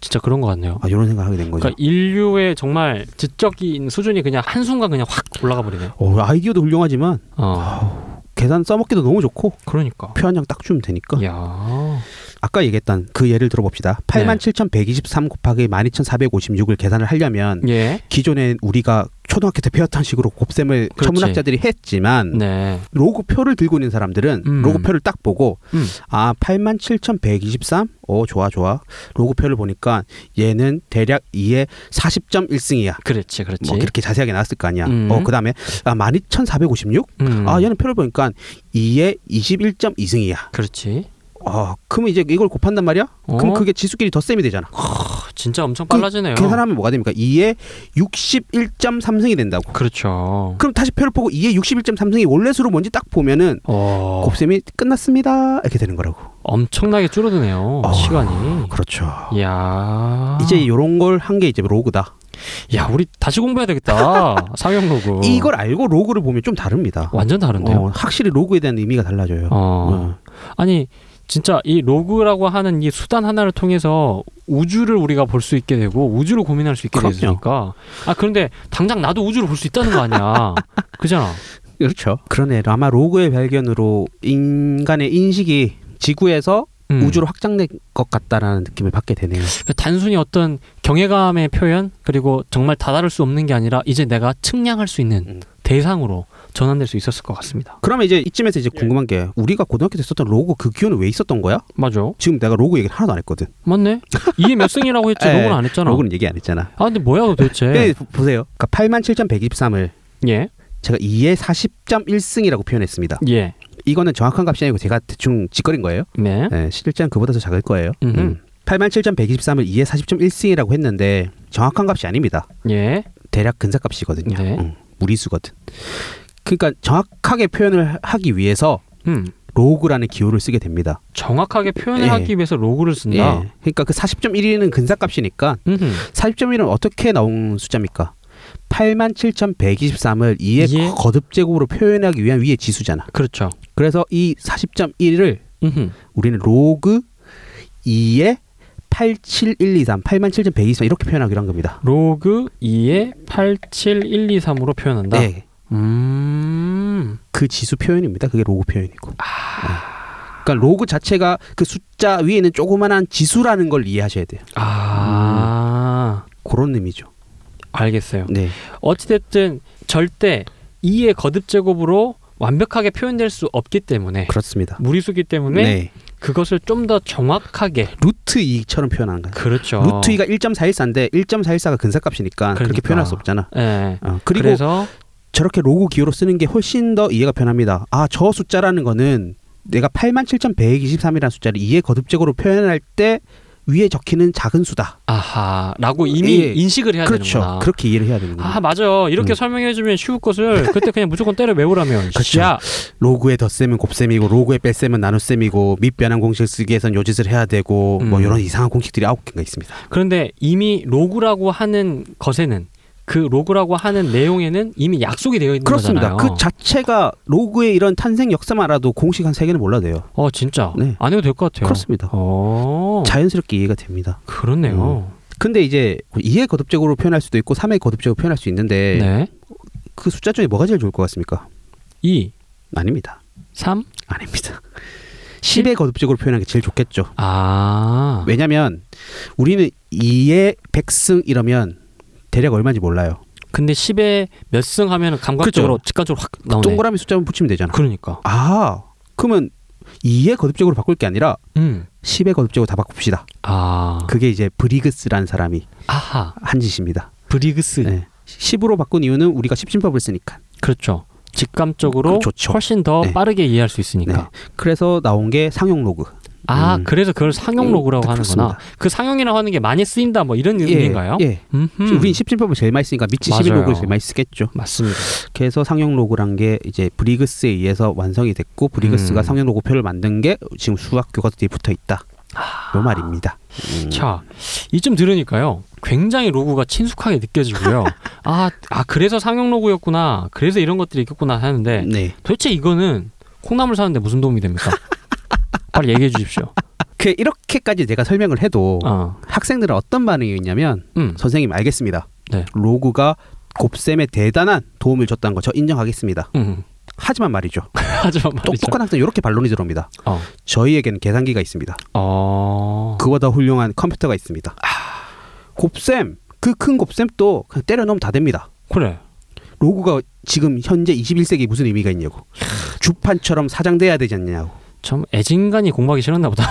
B: 진짜 그런 것 같네요.
C: 아, 이런 생각을 하게 된 거죠.
B: 그러니까 인류의 정말 지적인 수준이 그냥 한순간 그냥 확 올라가 버리네요.
C: 어, 아이디어도 훌륭하지만 아,
B: 어,
C: 계산 써먹기도 너무 좋고
B: 그러니까.
C: 표 한 장 딱 주면 되니까.
B: 예. 야,
C: 아까 얘기했던 그 예를 들어봅시다.
B: 네.
C: 87,123 곱하기 12,456을 계산을 하려면
B: 예,
C: 기존에 우리가 초등학교 때 배웠던 식으로 곱셈을
B: 그렇지.
C: 천문학자들이 했지만
B: 네,
C: 로그표를 들고 있는 사람들은
B: 음.
C: 로그표를 딱 보고
B: 음.
C: 아 87,123? 어 좋아 좋아 로그표를 보니까 얘는 대략 2에 40.1승이야
B: 그렇지, 그렇지.
C: 뭐 이렇게 자세하게 나왔을 거 아니야
B: 음.
C: 어 그다음에 아 12,456?
B: 음,
C: 아 얘는 표를 보니까 2에 21.2승이야
B: 그렇지.
C: 어 그럼 이제 이걸 곱한단 말이야?
B: 어? 어.
C: 그럼 그게 지수끼리 덧셈이 되잖아
B: 진짜 엄청 빨라지네요.
C: 그 계산하면 뭐가 됩니까? 2에 61.3승이 된다고
B: 그렇죠.
C: 그럼 다시 표를 보고 2에 61.3승이 원래 수로 뭔지 딱 보면은
B: 어,
C: 곱셈이 끝났습니다 이렇게 되는 거라고
B: 엄청나게 줄어드네요.
C: 어.
B: 시간이.
C: 그렇죠.
B: 야,
C: 이제 이런 걸 한 게 이제 로그다.
B: 야, 우리 다시 공부해야
C: [laughs]
B: 되겠다. 상영 로그.
C: 이걸 알고 로그를 보면 좀 다릅니다.
B: 완전 다른데요.
C: 어, 확실히 로그에 대한 의미가 달라져요.
B: 어.
C: 어.
B: 아니 진짜 이 로그라고 하는 이 수단 하나를 통해서 우주를 우리가 볼 수 있게 되고 우주를 고민할 수 있게
C: 그럼요.
B: 되니까 아 그런데 당장 나도 우주를 볼 수 있다는 거
C: [laughs]
B: 아니야 그잖아
C: 그렇죠. 그러네. 아마 로그의 발견으로 인간의 인식이 지구에서
B: 음.
C: 우주로 확장된 것 같다라는 느낌을 받게 되네요.
B: 그러니까 단순히 어떤 경외감의 표현 그리고 정말 다다를 수 없는 게 아니라 이제 내가 측량할 수 있는
C: 음.
B: 대상으로 전환될 수 있었을 것 같습니다
C: 그러면 이제 이쯤에서 이제 궁금한 게 우리가 고등학교 때 썼던 로그 그 기호는 왜 있었던 거야?
B: 맞아
C: 지금 내가 로그 얘기 하나도 안 했거든.
B: 맞네 이게 몇 승이라고
C: [laughs]
B: 했지
C: 에,
B: 로그는 안 했잖아
C: 로그는 얘기 안 했잖아.
B: 아 근데 뭐야
C: 근데
B: 도대체
C: 보세요. 그러니까 87,123을
B: 예예
C: 제가 2의 40.1승이라고 표현했습니다. 이거는 정확한 값이 아니고 제가 대충 짓거린 거예요.
B: 예. 네.
C: 네, 실제는 그보다 더 작을 거예요.
B: 음흠.
C: 음. 87,123을 2의 40.1승이라고 했는데 정확한 값이 아닙니다.
B: 예.
C: 대략 근사값이거든요.
B: 네.
C: 음, 무리수거든. 그러니까 정확하게 표현을 하기 위해서
B: 음.
C: 로그라는 기호를 쓰게 됩니다.
B: 정확하게 표현을
C: 예.
B: 하기 위해서 로그를 쓴다.
C: 예. 그러니까 그 40.1은 근사값이니까
B: 음흠.
C: 40.1은 어떻게 나온 숫자입니까? 87,123을 2의
B: 이에?
C: 거듭제곱으로 표현하기 위한 위의 지수잖아.
B: 그렇죠.
C: 그래서 이 40.1을
B: 음흠.
C: 우리는 로그 2에 87123, 87,123 이렇게 표현하기로 한 겁니다.
B: 로그 2에 87123으로 표현한다.
C: 네.
B: 음.
C: 그 지수 표현입니다. 그게 로그 표현이고. 네. 그러니까 로그 자체가 그 숫자 위에 있는 조그만한 지수라는 걸 이해하셔야 돼요.
B: 아.
C: 그런 의미죠.
B: 알겠어요.
C: 네.
B: 어찌 됐든 절대 2의 거듭 제곱으로 완벽하게 표현될 수 없기 때문에
C: 그렇습니다. 네.
B: 무리수기 때문에 그것을 좀 더 정확하게
C: 루트 2처럼 표현하는 거예요.
B: 그렇죠.
C: 루트 2가 1.414인데 1.414가 근사값이니까 그렇게
B: 그러니까.
C: 표현할 수 없잖아.
B: 예.
C: 어, 그리고
B: 그래서
C: 저렇게 로고 기호로 쓰는 게 훨씬 더 이해가 편합니다. 아, 저 숫자라는 거는 내가 87,123이라는 숫자를 2의 거듭제곱으로 표현할 때 위에 적히는 작은 수다.
B: 아하라고 이미
C: 예.
B: 인식을 해야
C: 그렇죠.
B: 되는구나.
C: 그렇게 이해를 해야 되는 거예요.
B: 아 맞아 이렇게
C: 음.
B: 설명해주면 쉬울 것을 그때 그냥 무조건 때려 메우라면
C: 그쵸.
B: 야
C: 로그의 덧셈은 곱셈이고 로그의 뺄셈은 나눗셈이고 밑변환 공식 쓰기에선 요짓을 해야 되고 뭐
B: 음.
C: 이런 이상한 공식들이 아홉 개가 있습니다.
B: 그런데 이미 로그라고 하는 것에는 그 로그라고 하는 내용에는 이미 약속이 되어 있는
C: 그렇습니다.
B: 거잖아요.
C: 그 자체가 로그의 이런 탄생 역사만 알아도 공식 한 세 개는 몰라도 돼요.
B: 어 진짜
C: 네.
B: 안 해도 될 것 같아요.
C: 그렇습니다.
B: 어
C: 자연스럽게 음. 이해가 됩니다.
B: 그렇네요.
C: 근데 이제 2의 거듭제곱으로 표현할 수도 있고 3의 거듭제곱 표현할 수 있는데
B: 네.
C: 그 숫자 중에 뭐가 제일 좋을 것 같습니까?
B: 2,
C: 아닙니다.
B: 3,
C: 아닙니다. [laughs] 10의 거듭제곱으로 표현하는 게 제일 좋겠죠.
B: 아
C: 네. 왜냐면 우리는 2의 100승 이러면 대략 얼마인지 몰라요.
B: 근데 10에 몇 승 하면 감각적으로 직관적으로 확 어, 나오네.
C: 동그라미 숫자만 붙이면 되잖아.
B: 그러니까.
C: 아, 그러면 2의 거듭제곱으로 바꿀 게 아니라
B: 음.
C: 10의 거듭제곱 다 바꿉시다.
B: 아.
C: 그게 이제 브리그스라는 사람이
B: 아하.
C: 한 짓입니다.
B: 브리그스.
C: 네. 10으로 바꾼 이유는 우리가 10진법을 쓰니까.
B: 그렇죠. 직감적으로
C: 그 좋죠.
B: 훨씬 더
C: 네.
B: 빠르게 이해할 수
C: 네.
B: 있으니까.
C: 그래서 나온 게 상용 로그.
B: 아
C: 음.
B: 그래서 그걸 상용 로고라고
C: 음,
B: 하는구나. 그 상용이라고 하는 게 많이 쓰인다 뭐 이런 의미인가요?
C: 예.
B: 음흠.
C: 지금 우린 17법을 제일 많이 쓰니까 미치 11
B: 맞아요.
C: 로그를 제일 많이 쓰겠죠.
B: 맞습니다.
C: 그래서 상용 로고란 게 이제 브리그스에 의해서 완성이 됐고 브리그스가
B: 음.
C: 상용 로고표를 만든 게 지금 수학교가 뒤에 붙어 있다.
B: 아.
C: 요 말입니다. 음.
B: 자 이쯤 들으니까요 굉장히 로고가 친숙하게 느껴지고요 아, 아 그래서 상용 로고였구나 그래서 이런 것들이 있겠구나 하는데
C: 네.
B: 도대체 이거는 콩나물 사는데 무슨 도움이 [laughs] 됩니까 빨리 얘기해 주십시오
C: 그 이렇게까지 내가 설명을 해도
B: 어,
C: 학생들은 어떤 반응이 있냐면
B: 음,
C: 선생님 알겠습니다.
B: 네.
C: 로고가 곱셈에 대단한 도움을 줬다는 거 저 인정하겠습니다.
B: 음. [laughs]
C: 하지만 말이죠.
B: 하지만 말이죠
C: 똑똑한 학생 이렇게 반론이 들어옵니다.
B: 어.
C: 저희에겐 계산기가 있습니다.
B: 어...
C: 그보다 훌륭한 컴퓨터가 있습니다. 곱셈 그 큰 곱셈 또 그냥 때려 넣으면 다 됩니다.
B: 그래
C: 로고가 지금 현재 21세기 무슨 의미가 있냐고. 주판처럼 사장돼야 되지 않냐고.
B: 참 애진간이 공부하기 싫었나 보다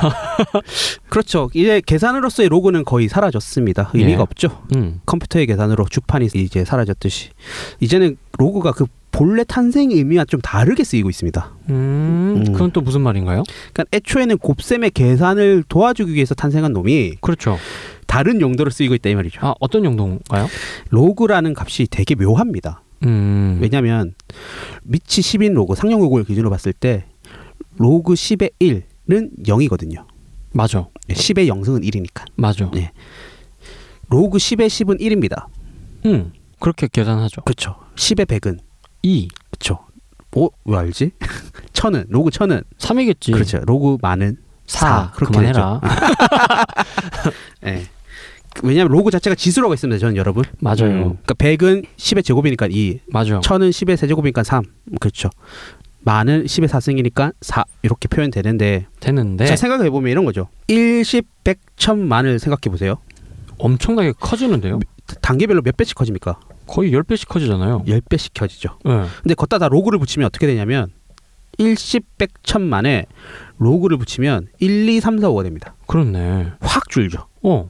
C: 그렇죠. 이제 계산으로서의 로고는 거의 사라졌습니다. 의미가
B: 예.
C: 없죠.
B: [laughs] 음.
C: 컴퓨터의 계산으로 주판이 이제 사라졌듯이 이제는 로고가 그 본래 탄생 의미와 좀 다르게 쓰이고 있습니다.
B: 음,
C: 음.
B: 그건 또 무슨 말인가요?
C: 그러니까 애초에는 곱셈의 계산을 도와주기 위해서 탄생한 놈이
B: 그렇죠.
C: 다른 용도로 쓰이고 있다 이 말이죠.
B: 아 어떤 용도인가요?
C: 로그라는 값이 되게 묘합니다.
B: 음,
C: 왜냐하면 미치 10인 로그 상용 로그를 기준으로 봤을 때 로그 10의 1은 0이거든요. 예,
B: 맞아,
C: 10의 0승은 1이니까
B: 맞아.
C: 네. 로그 10의 10은 1입니다.
B: 음, 그렇게 계산하죠.
C: 그렇죠. 10의 100은
B: 이,
C: 그렇죠. 어? 왜 알지? [laughs] 천은 로그 천은
B: 삼이겠지.
C: 그렇죠. 로그 만은
B: 사,
C: 사, 그렇게 네.
B: 그만해라.
C: 예. 그- 왜냐하면 로그 자체가 지수라고 했습니다. 저는 여러분.
B: 맞아요.
C: 음. 그러니까 100은 10의 제곱이니까 2,
B: 맞아요.
C: 천은 10의 세제곱이니까 3. 그렇죠. 만은 10의 4승이니까 4 이렇게 표현되는데
B: 되는데
C: 자 생각해 보면 이런 거죠. 1, 10, 100, 1000만을 생각해 보세요.
B: 엄청나게 커지는데요.
C: 단계별로 몇 배씩 커집니까?
B: 거의 10배씩 커지잖아요.
C: 10배씩 커지죠.
B: 예.
C: 근데 걷다 다 로그를 붙이면 어떻게 되냐면 1, 10, 100, 1000만에 로그를 붙이면 1, 2, 3, 4, 5가 됩니다.
B: 그렇네.
C: 확 줄죠.
B: 어.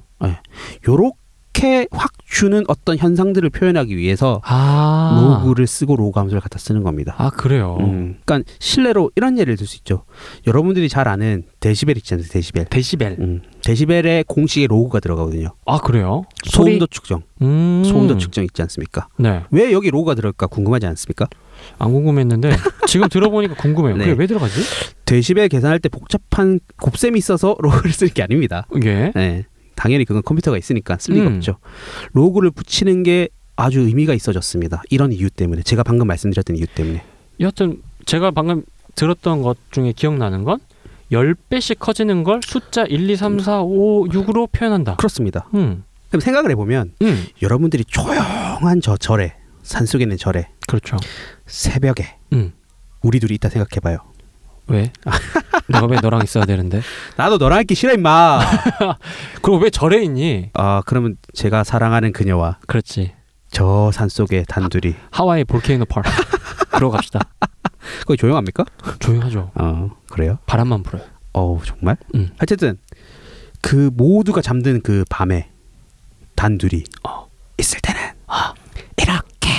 C: 요렇게 확 주는 어떤 현상들을 표현하기 위해서
B: 아.
C: 로그를 쓰고 로그 함수를 갖다 쓰는 겁니다.
B: 아, 그래요.
C: 음, 그러니까 실례로 이런 예를 들 수 있죠. 여러분들이 잘 아는 데시벨 있잖아요. 데시벨.
B: 데시벨.
C: 음, 데시벨의 공식에 로그가 들어가거든요.
B: 아, 그래요?
C: 소음도 측정,
B: 음.
C: 소음도 측정 있지 않습니까?
B: 네.
C: 왜 여기 로그가 들어갈까 궁금하지 않습니까?
B: 안
C: [laughs]
B: 궁금했는데 지금 들어보니까 궁금해요.
C: 네.
B: 그게 왜 들어가지?
C: 데시벨 계산할 때 복잡한 곱셈이 있어서 [laughs] 로그를 쓰는 게 아닙니다.
B: 이게
C: 네, 당연히 그건 컴퓨터가 있으니까 쓸 리가
B: 음.
C: 없죠. 로그를 붙이는 게 아주 의미가 있어졌습니다. 이런 이유 때문에 제가 방금 말씀드렸던 이유 때문에
B: 여하튼 제가 방금 들었던 것 중에 기억나는 건 10배씩 커지는 걸 숫자 1, 2, 3, 4, 5, 6으로 표현한다.
C: 그렇습니다.
B: 음.
C: 그럼 생각을 해보면
B: 음.
C: 여러분들이 조용한 저 절에 산속에 있는 절에
B: 그렇죠.
C: 새벽에
B: 음.
C: 우리 둘이 있다 생각해봐요.
B: [laughs] 왜? 내가 왜 너랑 있어야 되는데?
C: 나도 너랑 있기 싫어 임마. [laughs]
B: 그리고 왜 절에 있니?
C: 아 그러면 제가 사랑하는 그녀와
B: 그렇지.
C: 저 산속에 단둘이
B: 하와이 볼케이노 [laughs] 파크. 들어갑시다.
C: 거기 조용합니까?
B: 조용하죠.
C: 어 그래요?
B: 바람만 불어요.
C: 어우 정말?
B: 음.
C: 어쨌든 그 모두가 잠든 그 밤에 단둘이
B: 어.
C: 있을 때는 이렇게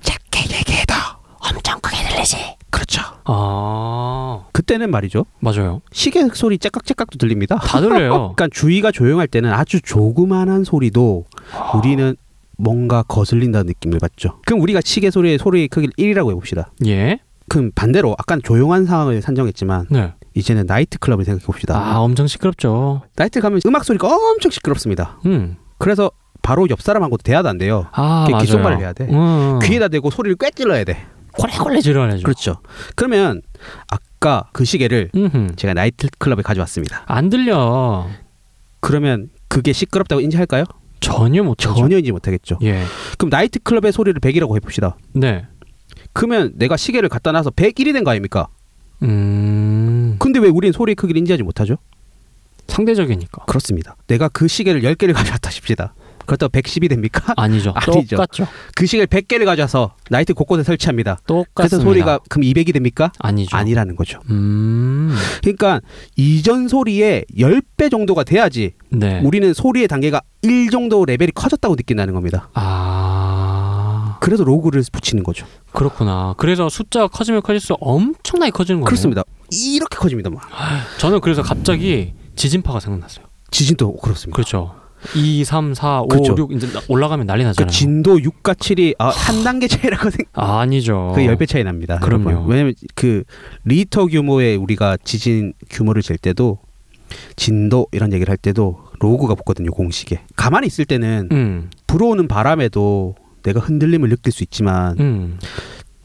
C: 작게 얘기해도 엄청 크게 들리지 그렇죠
B: 아
C: 그때는 말이죠
B: 맞아요.
C: 시계 소리 째깍째깍도 들립니다
B: 다 들려요.
C: [laughs] 그러니까 주위가 조용할 때는 아주 조그만한 소리도
B: 아.
C: 우리는 뭔가 거슬린다는 느낌을 받죠 그럼 우리가 시계 소리의 소리 크기를 1이라고 해봅시다
B: 예.
C: 그럼 반대로 아까 조용한 상황을 산정했지만
B: 네.
C: 이제는 나이트클럽을 생각해봅시다
B: 아 엄청 시끄럽죠.
C: 나이트 가면 음악 소리가 엄청 시끄럽습니다.
B: 음.
C: 그래서 바로 옆 사람하고 대화도 안 돼요.
B: 아
C: 귀-
B: 맞아요.
C: 귓속말을 해야 돼.
B: 음.
C: 귀에다 대고 소리를 꿰 찔러야 돼.
B: 콜레콜레 지르야죠.
C: 그렇죠. 그러면 아까 그 시계를
B: 음.
C: 제가 나이트 클럽에 가져왔습니다.
B: 안 들려.
C: 그러면 그게 시끄럽다고 인지할까요?
B: 전혀 못 들죠.
C: 전혀 인지 못하겠죠.
B: 예.
C: 그럼 나이트 클럽의 소리를 100이라고 해봅시다.
B: 네.
C: 그러면 내가 시계를 갖다 놔서 101이 된 거 아닙니까?
B: 음.
C: 근데 왜 우리는 소리의 크기를 인지하지 못하죠?
B: 상대적이니까.
C: 그렇습니다. 내가 그 시계를 10개를 [laughs] 가져왔다 칩시다. 그렇다고 110이 됩니까?
B: 아니죠.
C: 아니죠.
B: 똑같죠.
C: 그 시계를 100개를 가져와서 나이트 곳곳에 설치합니다.
B: 똑같습니다.
C: 그래서 소리가 그럼 200이 됩니까?
B: 아니죠.
C: 아니라는 거죠.
B: 음.
C: 그러니까 이전 소리의 10배 정도가 돼야지
B: 네.
C: 우리는 소리의 단계가 1 정도 레벨이 커졌다고 느낀다는 겁니다.
B: 아
C: 그래서 로그를 붙이는 거죠.
B: 어, 그렇구나. 그래서 숫자가 커지면 커질수록 엄청나게 커지는 거예요.
C: 그렇습니다. 이렇게 커집니다. 뭐. 막
B: 저는 그래서 갑자기 지진파가 생각났어요.
C: 지진도 그렇습니다.
B: 그렇죠. 2, 3, 4, 5,
C: 그렇죠.
B: 6 이제 나- 올라가면 난리
C: 그
B: 나잖아요.
C: 진도 6과 7이 아, 한 단계 차이라고 생각.
B: 아, 아니죠.
C: 그 10배 차이 납니다.
B: 그럼요.
C: 여러분. 왜냐면 그 리터 규모의 우리가 지진 규모를 잴 때도 진도 이런 얘기를 할 때도 로그가 붙거든요, 공식에. 가만히 있을 때는
B: 음,
C: 불어오는 바람에도 내가 흔들림을 느낄 수 있지만
B: 음.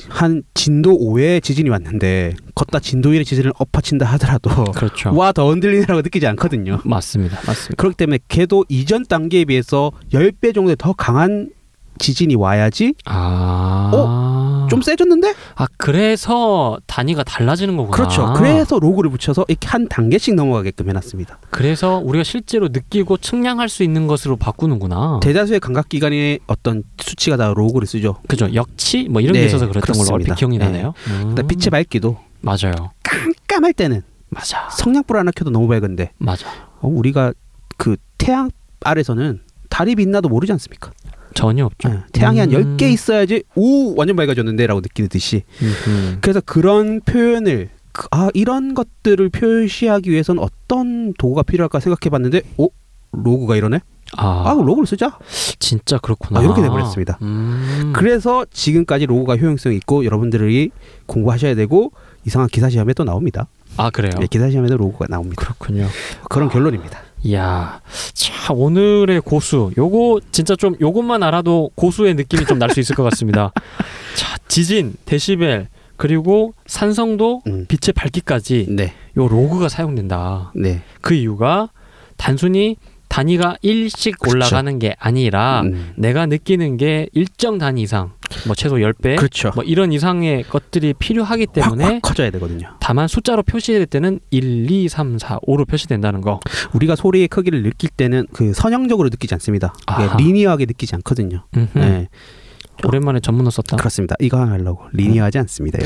C: 한 진도 5의 지진이 왔는데 걷다 진도 1의 지진을 엎어친다 하더라도
B: 그렇죠.
C: 와 더 흔들리느라고 느끼지 않거든요.
B: 맞습니다. 맞습니다.
C: 그렇기 때문에 걔도 이전 단계에 비해서 10배 정도 더 강한 지진이 와야지
B: 아.
C: 어? 좀 세졌는데?
B: 아, 그래서 단위가 달라지는 거구나.
C: 그렇죠. 그래서 로그를 붙여서 이렇게 한 단계씩 넘어가게끔 해놨습니다.
B: 그래서 우리가 실제로 느끼고 측량할 수 있는 것으로 바꾸는구나.
C: 대다수의 감각 기관의 어떤 수치가 다 로그를 쓰죠.
B: 그죠. 역치 뭐 이런
C: 네,
B: 게 있어서 그랬던 걸로
C: 그렇습니다.
B: 얼핏 기억이
C: 네.
B: 나네요. 음.
C: 그다음 빛의 밝기도
B: 맞아요.
C: 깜깜할 때는
B: 맞아.
C: 성냥불 하나 켜도 너무 밝은데
B: 맞아.
C: 어, 우리가 그 태양 아래서는 달이 빛나도 모르지 않습니까?
B: 전혀 없죠.
C: 예, 태양이 한
B: 음.
C: 10개 있어야지 오 완전 밝아졌는데 라고 느끼듯이
B: 음흠.
C: 그래서 그런 표현을 그- 아 이런 것들을 표시하기 위해선 어떤 도구가 필요할까 생각해 봤는데 어? 로그가 이러네? 아,
B: 아,
C: 그럼 로그를 쓰자.
B: 진짜 그렇구나.
C: 아, 이렇게 돼버렸습니다.
B: 음.
C: 그래서 지금까지 로고가 효용성이 있고 여러분들이 공부하셔야 되고 이상한 기사 시험에 또 나옵니다.
B: 아 그래요.
C: 네, 기사 시험에도 로고가 나옵니다.
B: 그렇군요.
C: 그런 결론입니다.
B: 이야, 자 오늘의 고수 요거 진짜 좀 요것만 알아도 고수의 느낌이 좀 날 수 있을 것
C: [laughs]
B: 같습니다. 자 지진, 데시벨 그리고 산성도,
C: 음.
B: 빛의 밝기까지
C: 네,
B: 요 로그가 사용된다.
C: 네.
B: 그 이유가 단순히 단위가 1씩
C: 그렇죠.
B: 올라가는 게 아니라
C: 음.
B: 내가 느끼는 게 일정 단위 이상, 뭐 최소 10배,
C: 그렇죠.
B: 뭐 이런 이상의 것들이 필요하기 때문에
C: 확, 확 커져야 되거든요.
B: 다만 숫자로 표시될 때는 1, 2, 3, 4, 5로 표시된다는 거.
C: 우리가 소리의 크기를 느낄 때는 그 선형적으로 느끼지 않습니다. 이게
B: 아하.
C: 리니어하게 느끼지 않거든요.
B: 음흠.
C: 네,
B: 오랜만에 전문어 썼다.
C: 그렇습니다. 이거 하나 하려고 리니어하지 않습니다.
B: 아,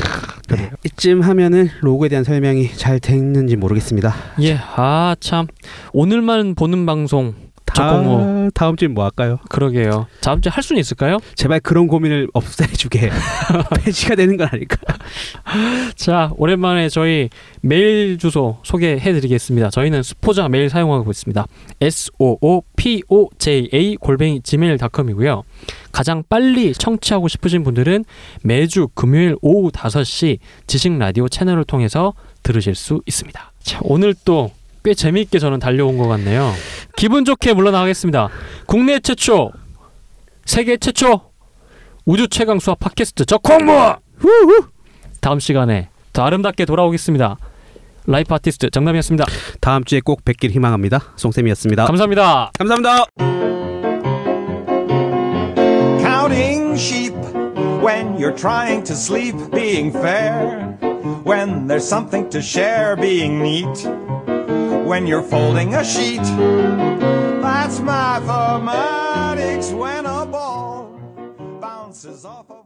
C: 여러분. 네. 이쯤 하면은 로고에 대한 설명이 잘 됐는지 모르겠습니다.
B: 예, 아 참. 오늘만 보는 방송
C: 다,
B: 저공호.
C: 다음 주엔 뭐 할까요?
B: 그러게요. 다음 주에 할 수는 있을까요?
C: 제발 그런 고민을
B: [laughs]
C: 없애주게 [laughs] 폐지가 되는 건 아닐까?
B: 자, 오랜만에 저희 메일 주소 소개해드리겠습니다. 저희는 스포자 메일 사용하고 있습니다. s o o p o j a 골뱅이 gmail.com이고요. 가장 빨리 청취하고 싶으신 분들은 매주 금요일 오후 5시 지식 라디오 채널을 통해서 들으실 수 있습니다. 자, 오늘 또 꽤 재미있게 저는 달려온 것 같네요. 기분 좋게 물러나가겠습니다. 국내 최초, 세계 최초, 우주 최강 수학 팟캐스트 저콩무! 다음 시간에 더 아름답게 돌아오겠습니다. 라이프 아티스트 정남이었습니다.
C: 다음 주에 꼭 뵙길 희망합니다. 송쌤이었습니다.
B: 감사합니다.
C: 감사합니다.
A: counting sheep when you're trying to sleep, being fair, when there's something to share, being neat, when you're folding a sheet. That's mathematics when a ball bounces off a